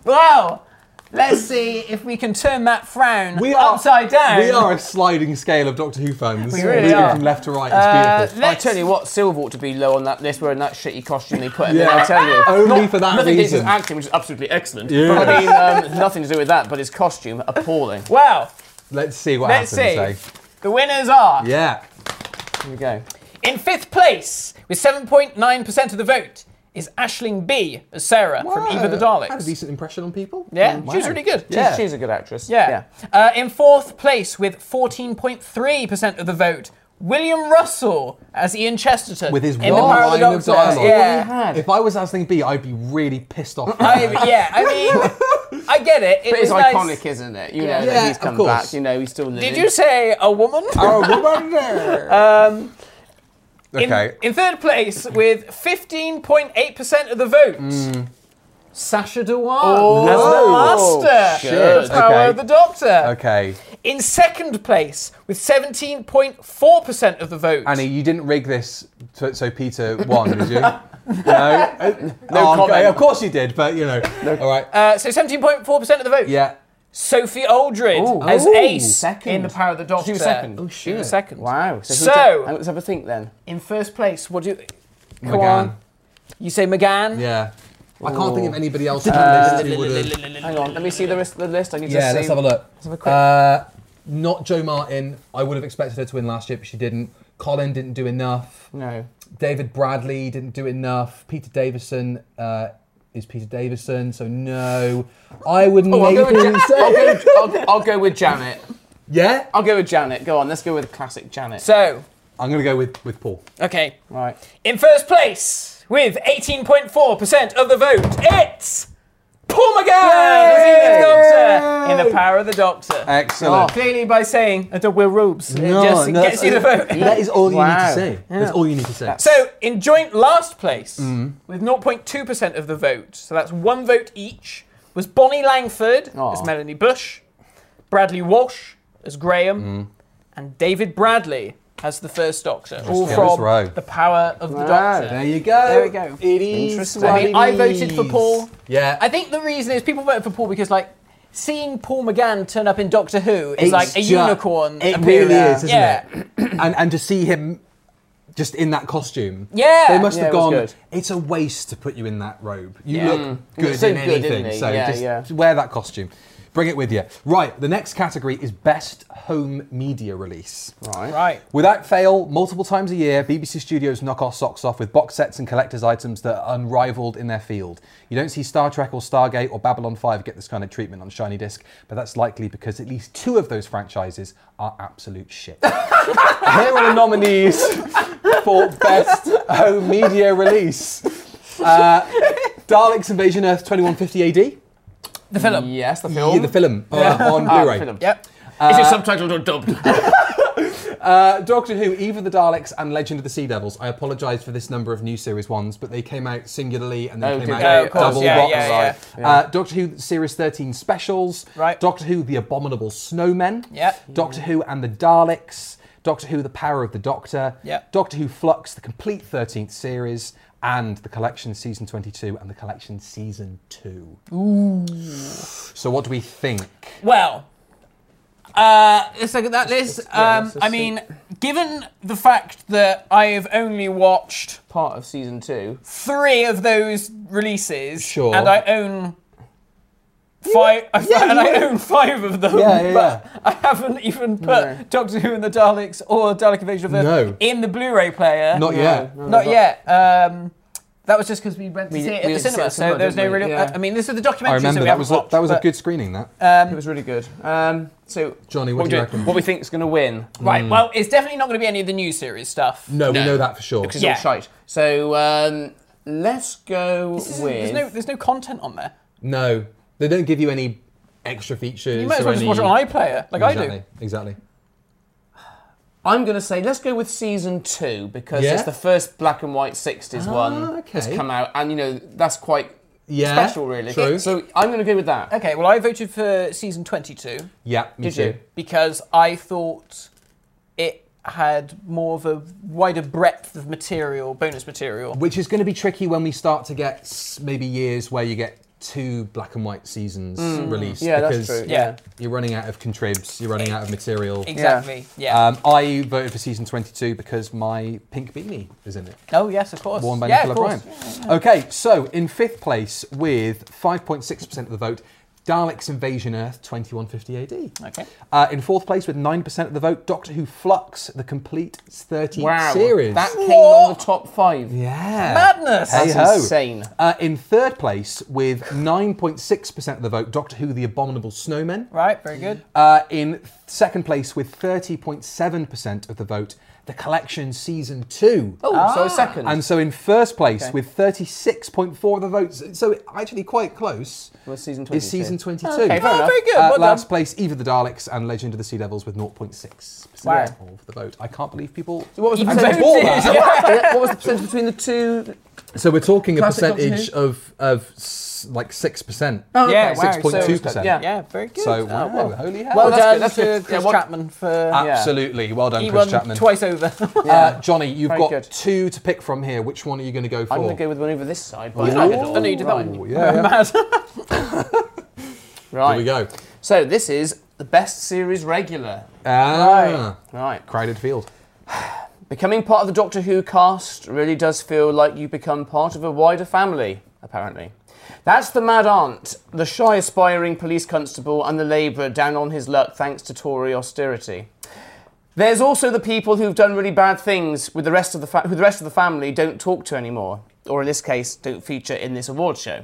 Speaker 2: well, let's see if we can turn that frown upside down.
Speaker 3: We are a sliding scale of Doctor Who fans.
Speaker 2: We really
Speaker 3: Moving
Speaker 2: are.
Speaker 3: from left to right. It's
Speaker 2: Uh,
Speaker 3: beautiful.
Speaker 4: I
Speaker 2: let's-
Speaker 4: tell you what, Silver ought to be low on that list wearing that shitty costume they put him in.
Speaker 3: Yeah.
Speaker 4: I tell you.
Speaker 3: Only for that
Speaker 4: nothing against his
Speaker 3: reason.
Speaker 4: acting, which is absolutely excellent.
Speaker 3: Yeah.
Speaker 4: But I mean, um, <laughs> nothing to do with that, but his costume, appalling.
Speaker 2: Wow.
Speaker 3: Let's see what
Speaker 2: Let's see.
Speaker 3: happens. eh?
Speaker 2: The winners are
Speaker 3: Yeah.
Speaker 4: Here we go.
Speaker 2: in fifth place with 7.9% of the vote is Ashling B as Sarah from Eva the
Speaker 3: Wow. Had a
Speaker 2: Daleks.
Speaker 3: decent impression on people.
Speaker 2: yeah,
Speaker 3: Mm,
Speaker 2: she was
Speaker 3: wow.
Speaker 2: really good.
Speaker 4: She's,
Speaker 3: Yeah.
Speaker 4: she's a good actress.
Speaker 2: Yeah. Uh, in fourth place with 14.3% of the vote, William Russell as Ian Chesterton.
Speaker 3: With his
Speaker 2: in the
Speaker 3: one
Speaker 2: Power of the
Speaker 3: line of
Speaker 2: Doctor.
Speaker 3: dialogue.
Speaker 2: Yeah.
Speaker 3: If I was Asling B, I'd be really pissed off.
Speaker 2: <laughs> I, yeah, I mean, I get it. It was
Speaker 4: But it's
Speaker 2: nice.
Speaker 4: iconic, isn't it? You know
Speaker 3: Yeah,
Speaker 4: that he's
Speaker 3: of
Speaker 4: come
Speaker 3: course.
Speaker 4: back. You know he's still living.
Speaker 2: Did you say a woman?
Speaker 3: Oh,
Speaker 4: <laughs> Uh,
Speaker 2: Um, in,
Speaker 3: okay.
Speaker 2: in third place with 15.8% of the vote,
Speaker 3: Hmm.
Speaker 2: Sasha Dewan
Speaker 3: Whoa.
Speaker 2: as the master.
Speaker 4: Shit.
Speaker 2: As Power
Speaker 3: Oh, Okay.
Speaker 2: of the Doctor.
Speaker 3: okay.
Speaker 2: In second place with 17.4% of the vote.
Speaker 3: Annie, you didn't rig this so, so Peter won, <laughs> did you? No. no
Speaker 4: comment.
Speaker 3: Oh, Of course you did, but you know. All right.
Speaker 2: Uh, so 17.4% of the vote.
Speaker 3: yeah.
Speaker 2: Sophie Aldred
Speaker 4: Ooh.
Speaker 2: as
Speaker 4: Ooh,
Speaker 2: Ace
Speaker 4: second.
Speaker 2: in The Power of the Doctor.
Speaker 4: She was second. Oh,
Speaker 2: She
Speaker 3: shit.
Speaker 2: was second.
Speaker 4: Wow. So, who
Speaker 2: So-
Speaker 4: did- let's have a think then.
Speaker 2: In first place, what do you. Go
Speaker 3: McGann.
Speaker 2: on. You say McGann?
Speaker 3: Yeah. I can't think of anybody else who would have.
Speaker 4: Hang on, let me see the rest of the list. I need to
Speaker 3: Yeah,
Speaker 4: see.
Speaker 3: let's have a look.
Speaker 4: Let's have a quick.
Speaker 3: Uh, not Joe Martin. I would have expected her to win last year, but she didn't. Colin didn't do enough.
Speaker 4: no.
Speaker 3: David Bradley didn't do enough. Peter Davison uh, is Peter Davison, so no. I would
Speaker 4: Oh, I'll, go
Speaker 3: maybe
Speaker 4: with Jan-
Speaker 3: say-
Speaker 4: I'll, go, I'll, I'll go with Janet.
Speaker 3: <laughs> yeah.
Speaker 4: I'll go with Janet. Go on, let's go with classic Janet.
Speaker 2: So,
Speaker 3: I'm gonna go with with Paul.
Speaker 2: okay.
Speaker 4: right.
Speaker 2: In first place, with 18.4% of the vote, it's Paul McGann as Ian Doctor in The Power of the Doctor.
Speaker 3: Excellent.
Speaker 4: Oh,
Speaker 2: Clearly, by saying I don't wear robes,
Speaker 3: No,
Speaker 2: it <laughs> just
Speaker 3: no,
Speaker 2: gets you the vote.
Speaker 3: That is all you need
Speaker 4: Wow.
Speaker 3: to say. That's all you need to say.
Speaker 2: So, in joint last place,
Speaker 3: Mm.
Speaker 2: with 0.2% of the vote, so that's one vote each, was Bonnie Langford
Speaker 4: Aw.
Speaker 2: as
Speaker 3: Mm.
Speaker 2: Melanie Bush, Bradley Walsh as Graham, and David Bradley as the first Doctor, all
Speaker 3: Just the other's
Speaker 2: from
Speaker 3: row.
Speaker 2: the power of the
Speaker 3: Ah,
Speaker 2: Doctor.
Speaker 3: there you go.
Speaker 2: There we go.
Speaker 3: It is.
Speaker 4: Interesting.
Speaker 3: what
Speaker 2: I mean,
Speaker 3: it
Speaker 2: I voted for
Speaker 3: is.
Speaker 2: Paul.
Speaker 3: Yeah.
Speaker 2: I think the reason is people voted for Paul because like seeing Paul McGann turn up in Doctor Who is
Speaker 3: It's
Speaker 2: like a
Speaker 3: ju-
Speaker 2: unicorn.
Speaker 3: It
Speaker 2: appearing.
Speaker 3: really is, isn't
Speaker 2: yeah.
Speaker 3: it? <clears throat> and and to see him just in that costume.
Speaker 2: Yeah.
Speaker 3: They must
Speaker 4: Yeah,
Speaker 3: have
Speaker 4: it was
Speaker 3: gone.
Speaker 4: good.
Speaker 3: It's a waste to put you in that robe. You
Speaker 4: Yeah.
Speaker 3: look
Speaker 4: Mm.
Speaker 3: good
Speaker 4: He's so
Speaker 3: in
Speaker 4: good, isn't
Speaker 3: anything.
Speaker 4: he?
Speaker 3: So
Speaker 4: Yeah,
Speaker 3: just
Speaker 4: yeah.
Speaker 3: wear that costume. Bring it with you. Right, the next category is best home media release.
Speaker 4: Right.
Speaker 2: Right.
Speaker 3: Without fail, multiple times a year, BBC Studios knock our socks off with box sets and collector's items that are unrivaled in their field. You don't see Star Trek or Stargate or Babylon 5 get this kind of treatment on Shiny Disc, but that's likely because at least two of those franchises are absolute shit. Here are the nominees for Best Home Media Release uh, Daleks Invasion Earth 2150 AD.
Speaker 2: The film.
Speaker 4: Yes, the
Speaker 3: Yeah,
Speaker 4: film.
Speaker 3: the film uh, on
Speaker 4: Ah, the
Speaker 3: Blu ray.
Speaker 4: film.
Speaker 2: Yep.
Speaker 4: Is it subtitled or dubbed?
Speaker 3: <laughs> Uh, Doctor Who, Eve of the Daleks, and Legend of the Sea Devils. I apologise for this number of new series ones, but they came out singularly and they
Speaker 4: Oh,
Speaker 3: came
Speaker 4: did
Speaker 3: out
Speaker 4: they? Oh, of course.
Speaker 3: double
Speaker 2: Yeah,
Speaker 3: box.
Speaker 2: yeah, yeah.
Speaker 3: Uh, Doctor Who Series 13 specials.
Speaker 2: Right.
Speaker 3: Doctor Who, The Abominable Snowmen.
Speaker 2: Yep.
Speaker 3: Doctor Who and the Daleks. Doctor Who, The Power of the Doctor.
Speaker 2: Yep.
Speaker 3: Doctor Who Flux, the complete 13th series. And the collection season 22 and the collection season 2. Ooh. So, what do we think?
Speaker 2: Well, uh, let's look at that list. Um, I mean, given the fact that I have only watched
Speaker 4: Part of season two.
Speaker 2: three of those releases,
Speaker 3: Sure.
Speaker 2: and I own five, <laughs> and I own five of them,
Speaker 3: Yeah, yeah,
Speaker 2: but I haven't even put
Speaker 4: No.
Speaker 2: Doctor Who and the Daleks or Dalek Invasion of Earth
Speaker 3: No.
Speaker 2: in the Blu-ray player.
Speaker 3: Not yet.
Speaker 2: Not yet. Um, that was just because we went to
Speaker 4: We-
Speaker 2: see it
Speaker 4: we
Speaker 2: at the
Speaker 4: went to see it
Speaker 2: cinema,
Speaker 4: at
Speaker 2: so there was no
Speaker 4: cinema,
Speaker 2: really.
Speaker 4: didn't we? Yeah.
Speaker 2: I mean, this is the
Speaker 3: I
Speaker 2: documentary. so
Speaker 3: remember
Speaker 2: we
Speaker 3: that
Speaker 2: haven't
Speaker 3: was
Speaker 2: watched,
Speaker 3: that was a
Speaker 2: but- Uh,
Speaker 3: good screening. That
Speaker 4: It was really good.
Speaker 3: <laughs>
Speaker 4: Um, so
Speaker 3: Johnny,
Speaker 4: what,
Speaker 3: what do
Speaker 4: we
Speaker 3: you
Speaker 4: do-
Speaker 3: reckon?
Speaker 4: What we think is going to win?
Speaker 2: Right. Well, it's definitely not going to be any of the new series stuff.
Speaker 3: no, we
Speaker 4: Hmm. No.
Speaker 3: know that for sure.
Speaker 4: Because
Speaker 2: Yeah.
Speaker 4: it's all shite. So um, let's go
Speaker 2: This isn't-
Speaker 4: with.
Speaker 2: There's no, there's no content on there.
Speaker 3: No, they don't give you any extra features.
Speaker 2: You might as well just watch it on iPlayer, like I do.
Speaker 3: Exactly.
Speaker 4: I'm going to say let's go with season two because
Speaker 3: Yeah? Ah,
Speaker 4: it's the first black and white 60s one that's
Speaker 3: okay.
Speaker 4: come out, and you know that's quite
Speaker 3: Yeah,
Speaker 4: special, really.
Speaker 3: true.
Speaker 4: So I'm going to go with that.
Speaker 2: Okay. Well, I voted for season 22
Speaker 3: Yeah, me
Speaker 4: Did
Speaker 3: too.
Speaker 4: you?
Speaker 2: because I thought it had more of a wider breadth of material, bonus material.
Speaker 3: Which is going to be tricky when we start to get s- maybe years where you get two black and white seasons released.
Speaker 4: Yeah, that's
Speaker 3: because
Speaker 4: true.
Speaker 2: Yeah.
Speaker 3: You're running out of contribs. You're running out of material.
Speaker 2: Exactly. Yeah.
Speaker 3: Um, I voted for season 22 because my pink beanie is in it.
Speaker 2: oh yes, of course.
Speaker 3: worn by
Speaker 2: yeah,
Speaker 3: Nicola
Speaker 2: of course.
Speaker 3: Bryant. Okay, so in fifth place with 5.6% of the vote, Daleks Invasion Earth 2150 AD.
Speaker 2: Okay.
Speaker 3: Uh, in fourth place with 9% of the vote, Doctor Who Flux, the complete 13
Speaker 4: Wow,
Speaker 3: series.
Speaker 4: that came
Speaker 2: What?
Speaker 4: on the top five.
Speaker 3: yeah.
Speaker 2: Madness.
Speaker 3: Hey,
Speaker 4: That's
Speaker 3: ho.
Speaker 4: insane.
Speaker 3: Uh, in third place with 9.6% of the vote, Doctor Who The Abominable Snowmen.
Speaker 2: Right. Very good.
Speaker 3: Uh, in second place with 30.7% of the vote, The Collection Season 2.
Speaker 4: Oh, so a second.
Speaker 3: And so in first place with 36.4 of the votes, so actually quite close,
Speaker 4: Was season
Speaker 3: is
Speaker 4: 22.
Speaker 3: season 22.
Speaker 4: Okay, fair
Speaker 2: Oh,
Speaker 4: enough.
Speaker 2: very good.
Speaker 3: Uh,
Speaker 2: well
Speaker 3: last
Speaker 2: done.
Speaker 3: place, Eve of the Daleks and Legend of the Sea Devils with 0.6%
Speaker 4: Wow.
Speaker 3: of the vote. I can't believe people.
Speaker 4: What was the
Speaker 2: Even <laughs>
Speaker 4: percentage?
Speaker 3: before <laughs>
Speaker 4: what was the percentage between the two?
Speaker 3: So we're talking a
Speaker 4: Classic Doctor
Speaker 3: percentage
Speaker 4: Who.
Speaker 3: of of s- like six percent.
Speaker 4: Oh, okay.
Speaker 2: Yeah.
Speaker 4: wow, so-
Speaker 3: 6.2%.
Speaker 4: Yeah.
Speaker 2: Yeah. Very good.
Speaker 3: So
Speaker 2: Oh,
Speaker 3: wow,
Speaker 2: well.
Speaker 3: holy hell!
Speaker 2: Well
Speaker 4: that's
Speaker 2: done
Speaker 4: good, that's
Speaker 2: to
Speaker 4: good.
Speaker 2: Chris
Speaker 4: Yeah, what- Ah,
Speaker 2: Chapman for
Speaker 3: Absolutely, well done,
Speaker 2: he
Speaker 3: Chris
Speaker 2: won
Speaker 3: Chapman.
Speaker 2: twice over. <laughs>
Speaker 3: Uh, Johnny, you've
Speaker 4: Very
Speaker 3: got
Speaker 4: good.
Speaker 3: two to pick from here. Which one are you going to go for?
Speaker 4: I'm going to go with one over this side. But
Speaker 2: You
Speaker 4: I
Speaker 2: know,
Speaker 4: like it all.
Speaker 2: I know you did that one. <laughs>
Speaker 3: Oh, yeah, yeah.
Speaker 2: Mad.
Speaker 4: Right.
Speaker 3: Here we go.
Speaker 4: So this is the best series regular.
Speaker 3: Ah,
Speaker 4: Right.
Speaker 3: crowded field.
Speaker 4: Becoming part of the Doctor Who cast really does feel like you become part of a wider family, apparently. That's the Mad Aunt, the shy aspiring police constable, and the labourer down on his luck thanks to Tory austerity. There's also the people who've done really bad things with the rest of the fa- who the rest of the family don't talk to anymore, or in this case, don't feature in this award show.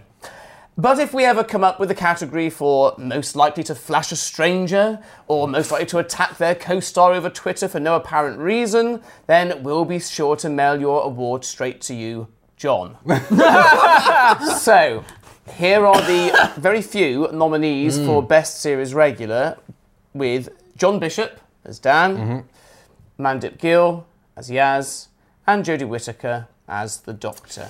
Speaker 4: But if we ever come up with a category for most likely to flash a stranger or most likely to attack their co star over Twitter for no apparent reason, then we'll be sure to mail your award straight to you, John. so, here are the very few nominees for Best Series Regular with John Bishop as Dan, Mandip Gill as Yaz, and Jodie Whittaker as the Doctor.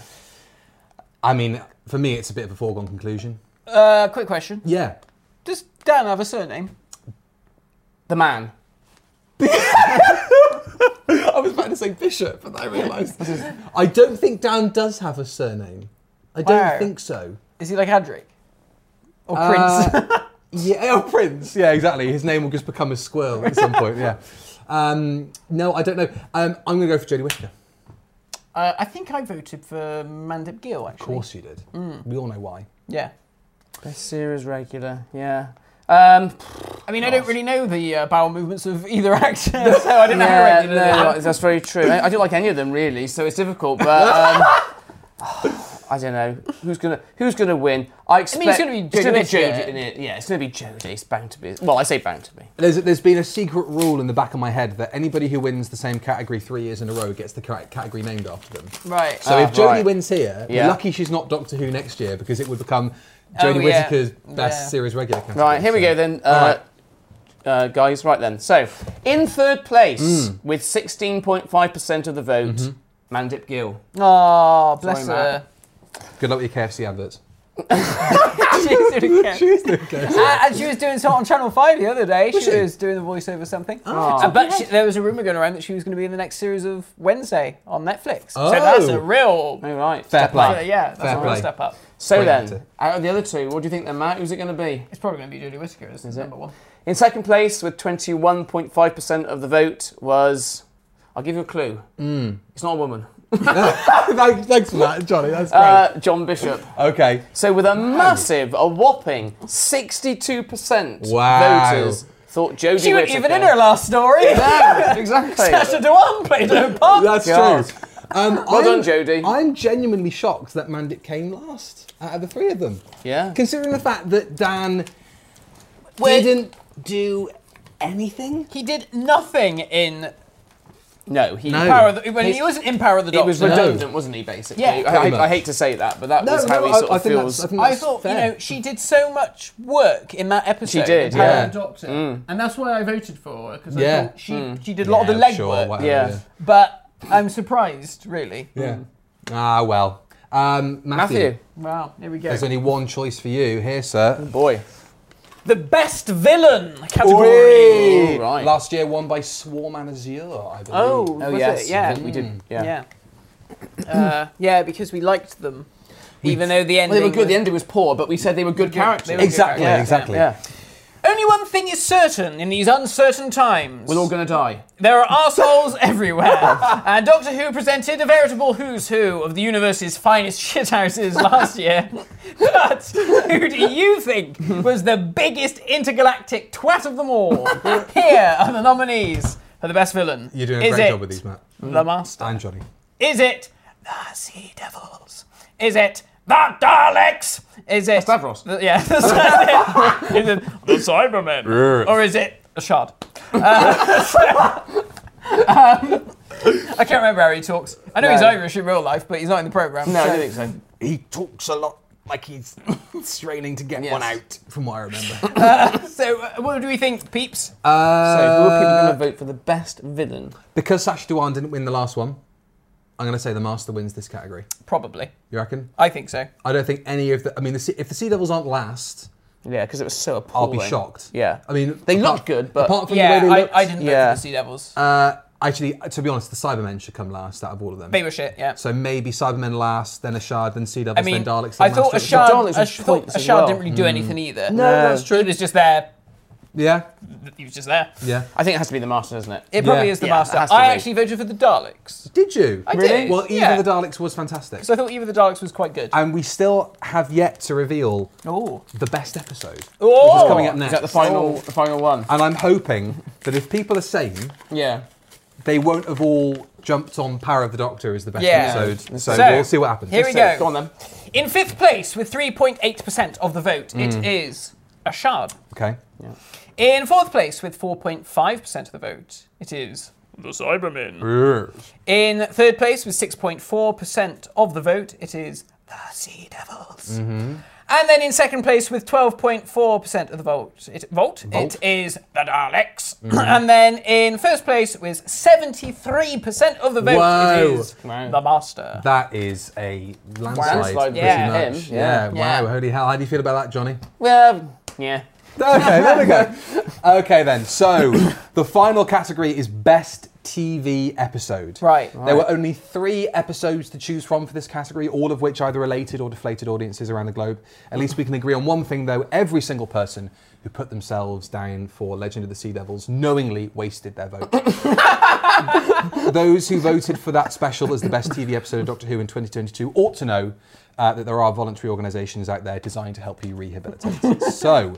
Speaker 3: I mean, for me, it's a bit of a foregone conclusion.
Speaker 2: Uh, quick question.
Speaker 3: Yeah. <laughs>
Speaker 2: Does Dan have a surname?
Speaker 4: The man.
Speaker 5: say Bishop, and I
Speaker 2: <laughs>
Speaker 5: realised.
Speaker 3: I don't think Dan does have a surname. I don't
Speaker 2: Wow.
Speaker 3: think so.
Speaker 2: Is he like Adric? Or <laughs> Prince?
Speaker 3: Uh, yeah, oh, Prince. Yeah, exactly. His name will just become a squirrel at some point. Yeah. Um, no, I don't know. Um, I'm going to go for Jodie Whittaker.
Speaker 2: Uh, I think I voted for Mandip Gill, actually.
Speaker 3: Of course you did. We all know why.
Speaker 2: Yeah.
Speaker 4: Best series regular, yeah. Um,
Speaker 2: I mean, I don't really know the uh, bowel movements of either <laughs> actor, so I don't know how
Speaker 4: yeah,
Speaker 2: regular they
Speaker 4: no,
Speaker 2: are.
Speaker 4: that's very true. I, I don't like any of them really, so it's difficult. But
Speaker 2: <laughs>
Speaker 4: um, <sighs> I don't know who's gonna who's gonna win. I expect
Speaker 2: gonna be
Speaker 4: it's gonna be
Speaker 2: Jodie, isn't
Speaker 4: Jodie,
Speaker 2: it?
Speaker 4: isn't it? Yeah, it's gonna be Jodie. It's bound to be. Well, I say bound to be.
Speaker 3: There's, there's been a secret rule in the back of my head that anybody who wins the same category three years in a row gets the ca- category named after them.
Speaker 2: Right.
Speaker 3: So
Speaker 4: Ah,
Speaker 3: if Jodie
Speaker 4: right.
Speaker 3: wins here, we're
Speaker 4: Yeah.
Speaker 3: lucky she's not Doctor Who next year because it would become
Speaker 2: Oh,
Speaker 3: Jodie
Speaker 2: yeah.
Speaker 3: Whittaker's best
Speaker 2: Yeah.
Speaker 3: series regular. Category,
Speaker 4: Right, here we
Speaker 3: so-
Speaker 4: go then, uh, uh, guys. Right then. So, in third place
Speaker 2: Hmm.
Speaker 4: with 16.5% of the vote,
Speaker 2: Mm-hmm.
Speaker 4: Mandip Gill.
Speaker 2: oh, bless
Speaker 4: Sorry,
Speaker 2: her.
Speaker 3: Good luck with your KFC adverts.
Speaker 2: <laughs> she was doing it.
Speaker 3: <laughs> She's the KFC.
Speaker 2: Uh, and she was doing something on Channel 5 the other day. she, was doing the voiceover something. Uh, but she, there was a rumour going around that she was going to be in the next series of Wednesday on Netflix. So that's a
Speaker 3: Oh.
Speaker 2: real.
Speaker 4: All right.
Speaker 3: Fair
Speaker 4: step
Speaker 3: play.
Speaker 4: up.
Speaker 2: Uh, yeah, that's a
Speaker 3: Fair
Speaker 2: real
Speaker 3: <laughs> play.
Speaker 2: step up.
Speaker 4: So
Speaker 3: Great
Speaker 4: then,
Speaker 3: actor.
Speaker 4: out of the other two, what do you think then, Matt? Who's it going to be?
Speaker 2: It's probably going to be Jodie Whittaker, isn't
Speaker 4: it?
Speaker 2: number one.
Speaker 4: In second place, with 21.5% of the vote, was. I'll give you a clue. It's not a woman.
Speaker 3: Thanks- Thanks for that, Johnny. That's great.
Speaker 4: Uh, John Bishop.
Speaker 3: okay.
Speaker 4: So, with a massive, a whopping 62%
Speaker 3: Wow.
Speaker 4: voters thought Jodie
Speaker 2: She wasn't
Speaker 4: Whittaker.
Speaker 2: even in her last story. <laughs>
Speaker 4: No, <laughs> exactly.
Speaker 2: Sasha Dewan played her part.
Speaker 3: That's
Speaker 4: God.
Speaker 3: true. Um, well
Speaker 4: done, Jodie.
Speaker 3: I'm genuinely shocked that Mandip came last out of the three of them.
Speaker 4: Yeah.
Speaker 3: Considering the fact that Dan
Speaker 2: Wait.
Speaker 3: didn't do anything.
Speaker 2: He did nothing in
Speaker 4: No, he.
Speaker 3: No.
Speaker 2: Power of the, when he
Speaker 4: His-
Speaker 2: wasn't in Power of the
Speaker 4: It
Speaker 2: Doctor.
Speaker 4: was redundant, wasn't he? Basically,
Speaker 2: Yeah.
Speaker 4: I,
Speaker 3: Pretty
Speaker 4: I, I
Speaker 3: much.
Speaker 4: hate to say that, but that was how he
Speaker 3: I-
Speaker 4: sort
Speaker 3: I
Speaker 4: of
Speaker 3: think
Speaker 4: feels.
Speaker 3: that's- I think
Speaker 2: I
Speaker 3: that's
Speaker 2: thought,
Speaker 3: fair.
Speaker 2: you know, she did so much work in that episode.
Speaker 4: She did, Mm.
Speaker 2: of Power
Speaker 3: yeah.
Speaker 2: of the Doctor. And that's why I voted for her, because I
Speaker 3: Yeah.
Speaker 2: thought she, she did a lot of the legwork.
Speaker 3: sure, whatever,
Speaker 4: Yeah.
Speaker 2: But I'm surprised, really.
Speaker 3: Yeah. Ah, well. Um, Matthew,
Speaker 4: Matthew,
Speaker 2: Wow, here we go.
Speaker 3: there's only one choice for you here, sir.
Speaker 4: boy,
Speaker 2: The best villain category.
Speaker 3: Oi!
Speaker 4: All right.
Speaker 3: Last year won by Swarm and Azure, I believe.
Speaker 2: Oh,
Speaker 4: oh
Speaker 2: was
Speaker 4: yes,
Speaker 2: it? Yeah. Mm.
Speaker 4: we did. Yeah.
Speaker 2: Yeah. Uh, yeah, because we liked them. Even though the ending.
Speaker 4: Well, they were good. The
Speaker 2: was-
Speaker 4: ending was poor, but we said they were good characters.
Speaker 2: they were good
Speaker 3: Exactly,
Speaker 2: Yeah,
Speaker 3: exactly.
Speaker 4: Yeah,
Speaker 2: Only one thing is certain in these uncertain times.
Speaker 4: we're all gonna die.
Speaker 2: There are
Speaker 3: <laughs>
Speaker 2: arseholes everywhere. and Doctor Who presented a veritable who's who of the universe's finest <laughs> shithouses last year. <laughs> But who do you think was the biggest intergalactic twat of them
Speaker 3: <laughs>
Speaker 2: all? Here are the nominees for the best villain.
Speaker 3: You're doing a
Speaker 2: Is
Speaker 3: great
Speaker 2: it
Speaker 3: job with these, Matt.
Speaker 2: The Master.
Speaker 3: And Johnny.
Speaker 2: Is it the Sea Devils? Is it the Daleks? Is it
Speaker 4: Stavros.
Speaker 2: The, yeah, <laughs> that's it. Is it the Cybermen? Or is it a shard? Uh, <laughs> so- um, I can't remember how he talks. I know he's
Speaker 4: No.
Speaker 2: Irish in real life, but he's not in the program.
Speaker 4: No, I don't think so.
Speaker 3: He talks a lot like he's <laughs> straining to get
Speaker 4: one
Speaker 3: out, from what I
Speaker 2: <laughs>
Speaker 3: remember.
Speaker 2: So, uh, what do we think, peeps?
Speaker 3: Uh,
Speaker 4: So, who are people gonna vote for the best villain?
Speaker 3: Because Sasha Dewan didn't win the last one, I'm going to say the Master wins this category.
Speaker 2: Probably.
Speaker 3: You reckon?
Speaker 2: I think so.
Speaker 3: I don't think any of the. I mean, the, Sea- if the Sea Devils aren't last,
Speaker 4: Yeah, because it was so
Speaker 3: I'll
Speaker 4: appalling.
Speaker 3: be shocked.
Speaker 4: Yeah.
Speaker 3: I mean,
Speaker 4: They
Speaker 3: apart-
Speaker 4: looked good, but-
Speaker 3: apart from
Speaker 2: Yeah,
Speaker 3: the way they
Speaker 2: I,
Speaker 3: looked,
Speaker 2: I didn't vote
Speaker 4: Yeah.
Speaker 2: for the Sea Devils.
Speaker 3: Uh, actually, to be honest, the Cybermen should come last out of all of them.
Speaker 2: they were shit, yeah.
Speaker 3: So maybe Cybermen last, then Ashard, then Sea Devils,
Speaker 2: I mean,
Speaker 3: then Daleks.
Speaker 2: I
Speaker 3: then
Speaker 2: thought
Speaker 3: Master.
Speaker 2: Ashard,
Speaker 4: Daleks were
Speaker 2: Ash- thought
Speaker 4: pointless as
Speaker 2: Ashard
Speaker 4: well.
Speaker 2: didn't really
Speaker 3: Mm.
Speaker 2: do anything either.
Speaker 3: No, that's true.
Speaker 2: He was just there.
Speaker 3: Yeah,
Speaker 2: He was just there.
Speaker 3: yeah.
Speaker 4: I think it has to be the master, doesn't it?
Speaker 2: It probably
Speaker 3: Yeah.
Speaker 2: is the
Speaker 4: Yeah,
Speaker 2: master.
Speaker 4: it has to
Speaker 2: I
Speaker 4: be.
Speaker 2: actually voted for the Daleks.
Speaker 3: Did you?
Speaker 2: I Really? did,
Speaker 3: Well, even
Speaker 2: yeah.
Speaker 3: the Daleks was fantastic.
Speaker 2: So I thought Eve of the Daleks was quite good.
Speaker 3: and we still have yet to reveal
Speaker 2: Oh.
Speaker 3: the best episode.
Speaker 2: Oh!
Speaker 3: coming up
Speaker 4: Is
Speaker 3: next. Oh.
Speaker 4: that the final, the final one?
Speaker 3: And I'm hoping that if people are sane,
Speaker 4: Yeah.
Speaker 3: they won't have all jumped on Power of the Doctor as the best
Speaker 2: Yeah.
Speaker 3: episode. So,
Speaker 2: So,
Speaker 3: we'll see what happens.
Speaker 2: here we
Speaker 4: So,
Speaker 2: go.
Speaker 4: Go on then.
Speaker 2: In fifth place, with 3.8% of the vote,
Speaker 3: Mm.
Speaker 2: it is Ashard.
Speaker 3: Okay.
Speaker 2: In fourth place, with 4.5% of the vote, it is. The Cybermen. In third place, with 6.4% of the vote, it is the Sea Devils.
Speaker 3: Mm-hmm.
Speaker 2: And then in second place, with 12.4% of the vote, it, vote, it is the Daleks.
Speaker 3: Mm-hmm.
Speaker 2: and then in first place, with 73% of the vote,
Speaker 3: Whoa.
Speaker 2: it is
Speaker 4: Wow.
Speaker 2: the Master.
Speaker 3: That is a landslide.
Speaker 4: Landslide
Speaker 3: pretty
Speaker 4: Yeah.
Speaker 3: much.
Speaker 4: him,
Speaker 3: Yeah.
Speaker 4: yeah.
Speaker 3: Wow.
Speaker 2: Yeah.
Speaker 3: Holy hell. How do you feel about that, Johnny?
Speaker 4: Well, yeah.
Speaker 3: Okay, there we go. <laughs> Okay, then. So the final category is best TV episode.
Speaker 2: Right.
Speaker 3: There were only three episodes to choose from for this category, all of which either related or deflated audiences around the globe. At least we can agree on one thing, though: every single person who put themselves down for Legend of the Sea Devils knowingly wasted their vote. Those who voted for that special as the best TV episode of Doctor Who in 2022 ought to know uh, that there are voluntary organisations out there designed to help you rehabilitate. so,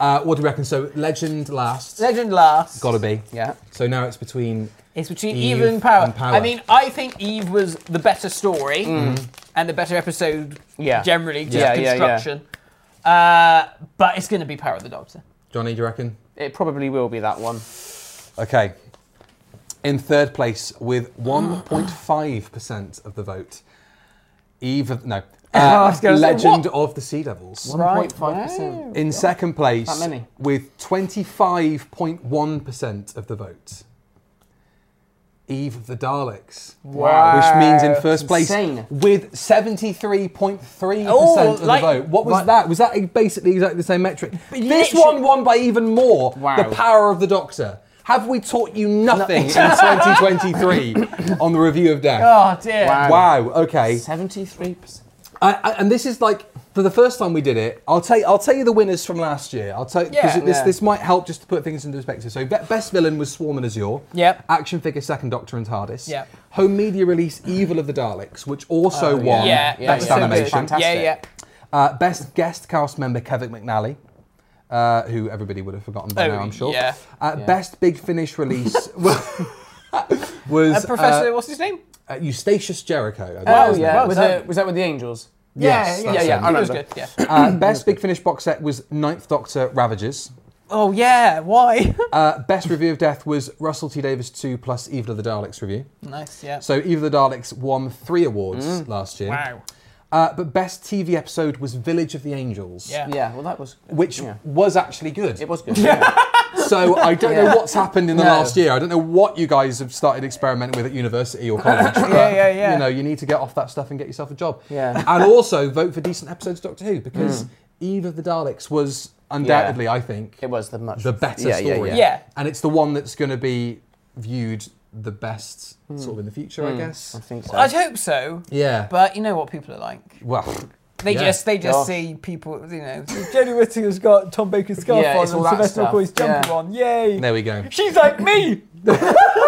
Speaker 3: uh, what do we reckon? So, Legend last.
Speaker 2: Legend last.
Speaker 3: Gotta be.
Speaker 2: Yeah.
Speaker 3: So now it's between.
Speaker 2: It's between Eve,
Speaker 3: Eve
Speaker 2: and, Power.
Speaker 3: and Power.
Speaker 2: I mean, I think Eve was the better story and the better episode
Speaker 4: Mm. Yeah.
Speaker 2: generally, just
Speaker 4: Yeah, yeah, yeah.
Speaker 2: construction. Uh, but it's going to be Power of the Doctor.
Speaker 3: Johnny, do you reckon?
Speaker 4: It probably will be that one.
Speaker 3: Okay. In third place with 1.5% of the vote. Eve of.
Speaker 2: <laughs>
Speaker 3: No. Uh,
Speaker 4: was gonna say,
Speaker 3: Legend
Speaker 4: what?
Speaker 3: of the Sea Devils.
Speaker 4: 1.5%.
Speaker 3: In second place
Speaker 4: That many?
Speaker 3: with 25.1% of the vote. Eve of the Daleks.
Speaker 2: Wow.
Speaker 3: Which means in first
Speaker 4: That's
Speaker 3: place
Speaker 4: insane.
Speaker 3: with 73.3%
Speaker 2: Oh,
Speaker 3: of
Speaker 2: like-
Speaker 3: the vote. What was
Speaker 2: right.
Speaker 3: that? Was that basically exactly the same metric? This
Speaker 2: literally-
Speaker 3: one won by even more.
Speaker 4: Wow.
Speaker 3: The power of the doctor. Have we taught you nothing in 2023 on the review of death?
Speaker 2: Oh, dear.
Speaker 4: Wow.
Speaker 3: Wow, okay.
Speaker 4: 73%.
Speaker 3: I, I, and this is like for the first time we did it. I'll tell you, I'll tell you the winners from last year. I'll tell because
Speaker 2: Yeah.
Speaker 3: this
Speaker 4: Yeah.
Speaker 3: this might help just to put things into perspective. So be- best villain was Swarm and Azure.
Speaker 2: Yep.
Speaker 3: Action figure second Doctor and TARDIS.
Speaker 2: Yep. Oh,
Speaker 3: Home media release Evil of the Daleks, which also won
Speaker 2: Yeah, yeah,
Speaker 3: best
Speaker 2: yeah.
Speaker 3: animation.
Speaker 4: Fantastic.
Speaker 2: Yeah, yeah.
Speaker 3: Uh, best guest cast member Kevin McNally. Uh, who everybody would have forgotten by
Speaker 2: Oh,
Speaker 3: now, I'm sure.
Speaker 2: yeah.
Speaker 3: Uh, Best big finish
Speaker 2: <laughs>
Speaker 3: release was
Speaker 2: Uh, Professor, what's his name?
Speaker 3: uh, uh, Eustachius Jericho. I think
Speaker 4: Oh,
Speaker 3: his name
Speaker 4: yeah.
Speaker 3: was.
Speaker 4: was,
Speaker 2: done.
Speaker 4: it, was that with the angels?
Speaker 3: Yes,
Speaker 2: yeah, yeah,
Speaker 3: that's
Speaker 2: yeah.
Speaker 3: him.
Speaker 4: I
Speaker 2: He was good.
Speaker 4: remember.
Speaker 2: Yeah.
Speaker 4: <clears throat>
Speaker 3: Uh, best Big Finish box set was Ninth Doctor Ravagers.
Speaker 2: Oh yeah, why?
Speaker 3: Uh, best review of death was Russell T Davis 2 plus Evil of the Daleks review.
Speaker 2: nice, yeah.
Speaker 3: So Evil of the Daleks won three awards
Speaker 4: Mm.
Speaker 3: last year.
Speaker 2: wow.
Speaker 3: Uh, but best TV episode was Village of the Angels,
Speaker 2: Yeah.
Speaker 4: Yeah, well, that was.
Speaker 3: which
Speaker 4: Yeah.
Speaker 3: was actually good.
Speaker 4: It was good. Yeah.
Speaker 3: So I don't
Speaker 4: Yeah.
Speaker 3: know what's happened in the
Speaker 4: No.
Speaker 3: last year. I don't know what you guys have started experimenting with at university or
Speaker 4: <laughs>
Speaker 3: college. but,
Speaker 2: yeah, yeah.
Speaker 3: You know, you need to get off that stuff and get yourself a job.
Speaker 4: Yeah.
Speaker 3: <laughs>
Speaker 4: Mm.
Speaker 3: And also vote for decent episodes of Doctor Who because Eve of the Daleks was undoubtedly, I think,
Speaker 4: <laughs> it was the much.
Speaker 3: the better
Speaker 4: yeah,
Speaker 3: story.
Speaker 4: Yeah, yeah.
Speaker 2: Yeah.
Speaker 3: And it's the one that's going to be viewed the best
Speaker 4: Hmm.
Speaker 3: sort of in the future, I
Speaker 4: I
Speaker 3: guess.
Speaker 4: think so.
Speaker 2: I'd hope so,
Speaker 3: Yeah.
Speaker 2: but you know what people are like.
Speaker 3: well,
Speaker 2: They
Speaker 3: Yeah.
Speaker 2: just they just
Speaker 4: Oh.
Speaker 2: see people, you know. <laughs> Jenny Whittinger's got Tom Baker's scarf
Speaker 4: Yeah, it's all that stuff. Yeah.
Speaker 2: on. Yay!
Speaker 3: there we go.
Speaker 2: She's like me.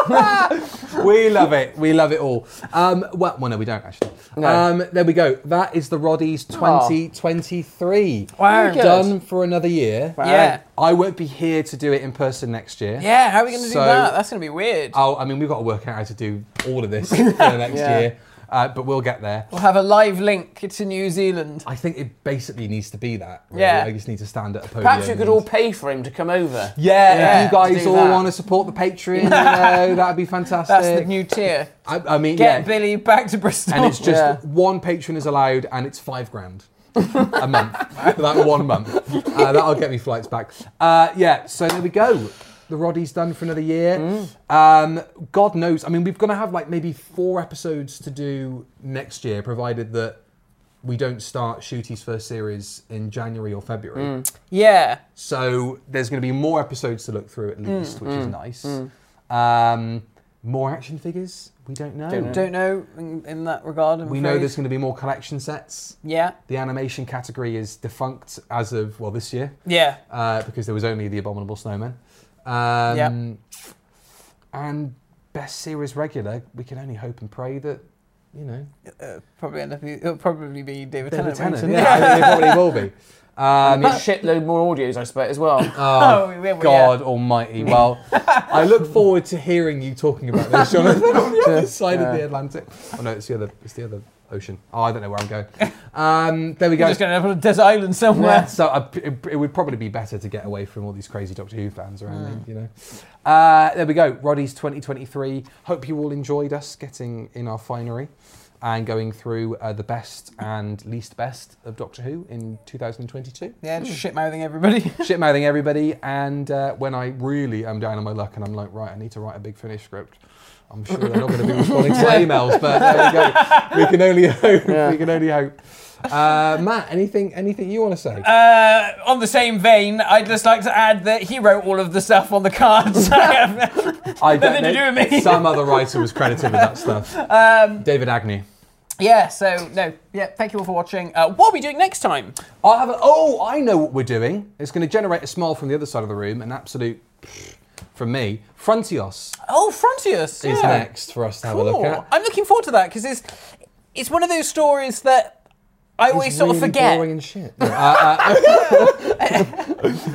Speaker 3: we love it. We love it all. Um, well, well, no, we don't actually. Um, there we go. That is the Roddies
Speaker 4: Oh.
Speaker 3: 2023.
Speaker 2: Wow.
Speaker 4: Good.
Speaker 3: Done for another year.
Speaker 2: Yeah.
Speaker 3: I won't be here to do it in person next year.
Speaker 2: Yeah, how are we going to do
Speaker 3: So- uh,
Speaker 2: that? That's going to be weird.
Speaker 3: I'll, I mean, we've got to work out how to do all of
Speaker 4: <laughs>
Speaker 3: this for the next
Speaker 4: Yeah.
Speaker 3: year, uh, but we'll get there.
Speaker 2: we'll have a live link to New Zealand.
Speaker 3: I think it basically needs to be that. really.
Speaker 2: Yeah.
Speaker 3: I just need to stand at a podium.
Speaker 4: Perhaps you could
Speaker 3: and-
Speaker 4: all pay for him to come over.
Speaker 3: Yeah,
Speaker 2: Yeah,
Speaker 3: if you guys
Speaker 4: do
Speaker 3: all
Speaker 4: that.
Speaker 3: want to support the Patreon, you know, that'd be fantastic.
Speaker 2: That's the new tier.
Speaker 3: I, I mean,
Speaker 2: Get
Speaker 3: yeah.
Speaker 2: Billy back to Bristol.
Speaker 3: and it's just
Speaker 4: Yeah.
Speaker 3: one patron is allowed, and it's five grand a month <laughs> for that one month. Uh, that'll get me flights back. Uh, yeah, so there we go. The Roddy's done for another year. Um, God knows. I mean, we're going to have like maybe four episodes to do next year, provided that we don't start Shooty's first series in January or February.
Speaker 2: <laughs> yeah.
Speaker 3: So there's going to be more episodes to look through at least, which is nice. Um, more action figures? We don't know.
Speaker 2: Don't know in, in that regard. I'm
Speaker 3: we know
Speaker 2: afraid.
Speaker 3: there's going to be more collection sets.
Speaker 2: Yeah.
Speaker 3: The animation category is defunct as of, well, this year,
Speaker 2: Yeah.
Speaker 3: uh, because there was only The Abominable Snowman. Um, And best series regular, we can only hope and pray that, you know,
Speaker 2: Probably end up. It'll probably be David
Speaker 3: David
Speaker 2: Tennant.
Speaker 3: Tennant.
Speaker 2: won't it? <laughs>
Speaker 3: Yeah, I mean, it probably will be.
Speaker 4: I
Speaker 3: Um,
Speaker 4: mean, shitload more audios, I suppose, as well.
Speaker 3: Oh,
Speaker 2: Oh, yeah, well,
Speaker 3: God Almighty! Well, I look forward to hearing you talking
Speaker 2: <laughs>
Speaker 3: about this, Jonathan, on the other side of the Atlantic. Oh no, it's the other, it's the other ocean. Oh, I don't know where I'm going. Um, there we
Speaker 2: We're
Speaker 3: go.
Speaker 2: just going to end up on a desert island somewhere.
Speaker 3: So I, it, it would probably be better to get away from all these crazy Doctor Who fans around me, you know. Uh, there we go. Roddy's 2023. Hope you all enjoyed us getting in our finery and going through uh, the best and least best of Doctor Who in 2022
Speaker 2: Yeah, just shit mouthing everybody.
Speaker 3: <laughs> shit mouthing everybody. And uh, when I really am down on my luck and I'm like, right, I need to write a big finish script, I'm sure they're not going to be responding to my emails, but there we go. We can only hope. We can only hope. Uh, Matt, anything, anything you want to say?
Speaker 2: <laughs> Uh, on the same vein, I'd just like to add that he wrote all of the stuff on the <laughs> cards.
Speaker 3: I
Speaker 2: nothing to do with me. Um,
Speaker 3: Some other writer was credited with
Speaker 2: <laughs>
Speaker 3: that stuff. David Agnew.
Speaker 2: yeah, so no, yeah, thank you all for watching. Uh, what are we doing next time?
Speaker 3: I'll have a. Oh, I know what we're doing. It's going to generate a smile from the other side of the room, an absolute from me. Frontios
Speaker 2: Oh, Frontiers
Speaker 3: is
Speaker 2: yeah.
Speaker 3: next for us to have a look
Speaker 2: Cool.
Speaker 3: at.
Speaker 2: I'm looking forward to that because it's it's one of those stories that I always sort of
Speaker 3: really
Speaker 2: forget.
Speaker 3: boring and shit. No, uh, <laughs>
Speaker 2: <laughs>
Speaker 3: uh,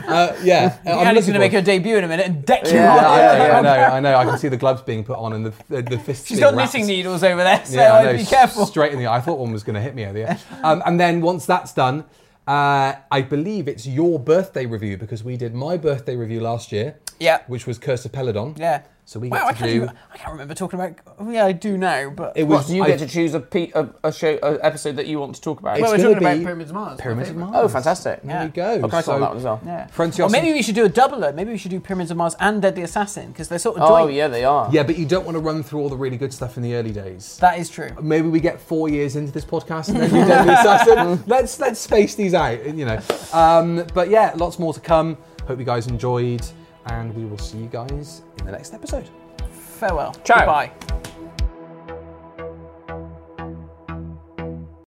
Speaker 3: uh, yeah, I'm
Speaker 2: Annie's going
Speaker 3: looking
Speaker 2: to make her
Speaker 3: forward-
Speaker 2: debut in a minute and deck you. <laughs>
Speaker 3: Yeah,
Speaker 2: up.
Speaker 3: I know, yeah, I know, I know. I can see the gloves being put on and the the, the fists.
Speaker 2: She's
Speaker 3: being
Speaker 2: got
Speaker 3: wrapped.
Speaker 2: knitting needles over there, so
Speaker 3: I
Speaker 2: I'd
Speaker 3: know,
Speaker 2: be careful.
Speaker 3: Straight in the eye. I thought one was going to hit me over here. Um, and then once that's done, uh, I believe it's your birthday review because we did my birthday review last year.
Speaker 2: Yeah.
Speaker 3: Which was Curse of Peladon.
Speaker 2: yeah.
Speaker 3: So we
Speaker 2: wow, I
Speaker 3: get to
Speaker 2: can't,
Speaker 3: do.
Speaker 2: even- I can't remember talking about. oh, Yeah, I do now, but
Speaker 3: It
Speaker 4: What,
Speaker 3: was
Speaker 4: so you
Speaker 3: I-
Speaker 4: get to choose a, pe- a, a show, a episode that you want to talk about.
Speaker 3: It's
Speaker 2: we're
Speaker 3: gonna
Speaker 2: talking about
Speaker 3: be
Speaker 2: Pyramids of Mars, my
Speaker 3: Pyramids of
Speaker 2: favourite.
Speaker 3: Mars.
Speaker 4: oh, fantastic!
Speaker 3: There
Speaker 4: Yeah.
Speaker 3: you go.
Speaker 4: Oh, can I talk
Speaker 3: So-
Speaker 4: on that one as well?
Speaker 2: yeah.
Speaker 3: Frontier
Speaker 2: Or maybe
Speaker 3: Awesome-
Speaker 2: we should do a doubler. Maybe we should do Pyramids of Mars and Deadly Assassin because they're sort of
Speaker 4: Oh,
Speaker 2: joint.
Speaker 4: yeah, they are.
Speaker 3: Yeah, but you don't want to run through all the really good stuff in the early days.
Speaker 2: That is true.
Speaker 3: Maybe we get four years into this podcast and then
Speaker 2: <laughs>
Speaker 3: we don't assassin. Let's let's space these out, you know. Um, but yeah, lots more to come. Hope you guys enjoyed, and we will see you guys in the next episode.
Speaker 2: Farewell.
Speaker 4: Ciao.
Speaker 2: Goodbye.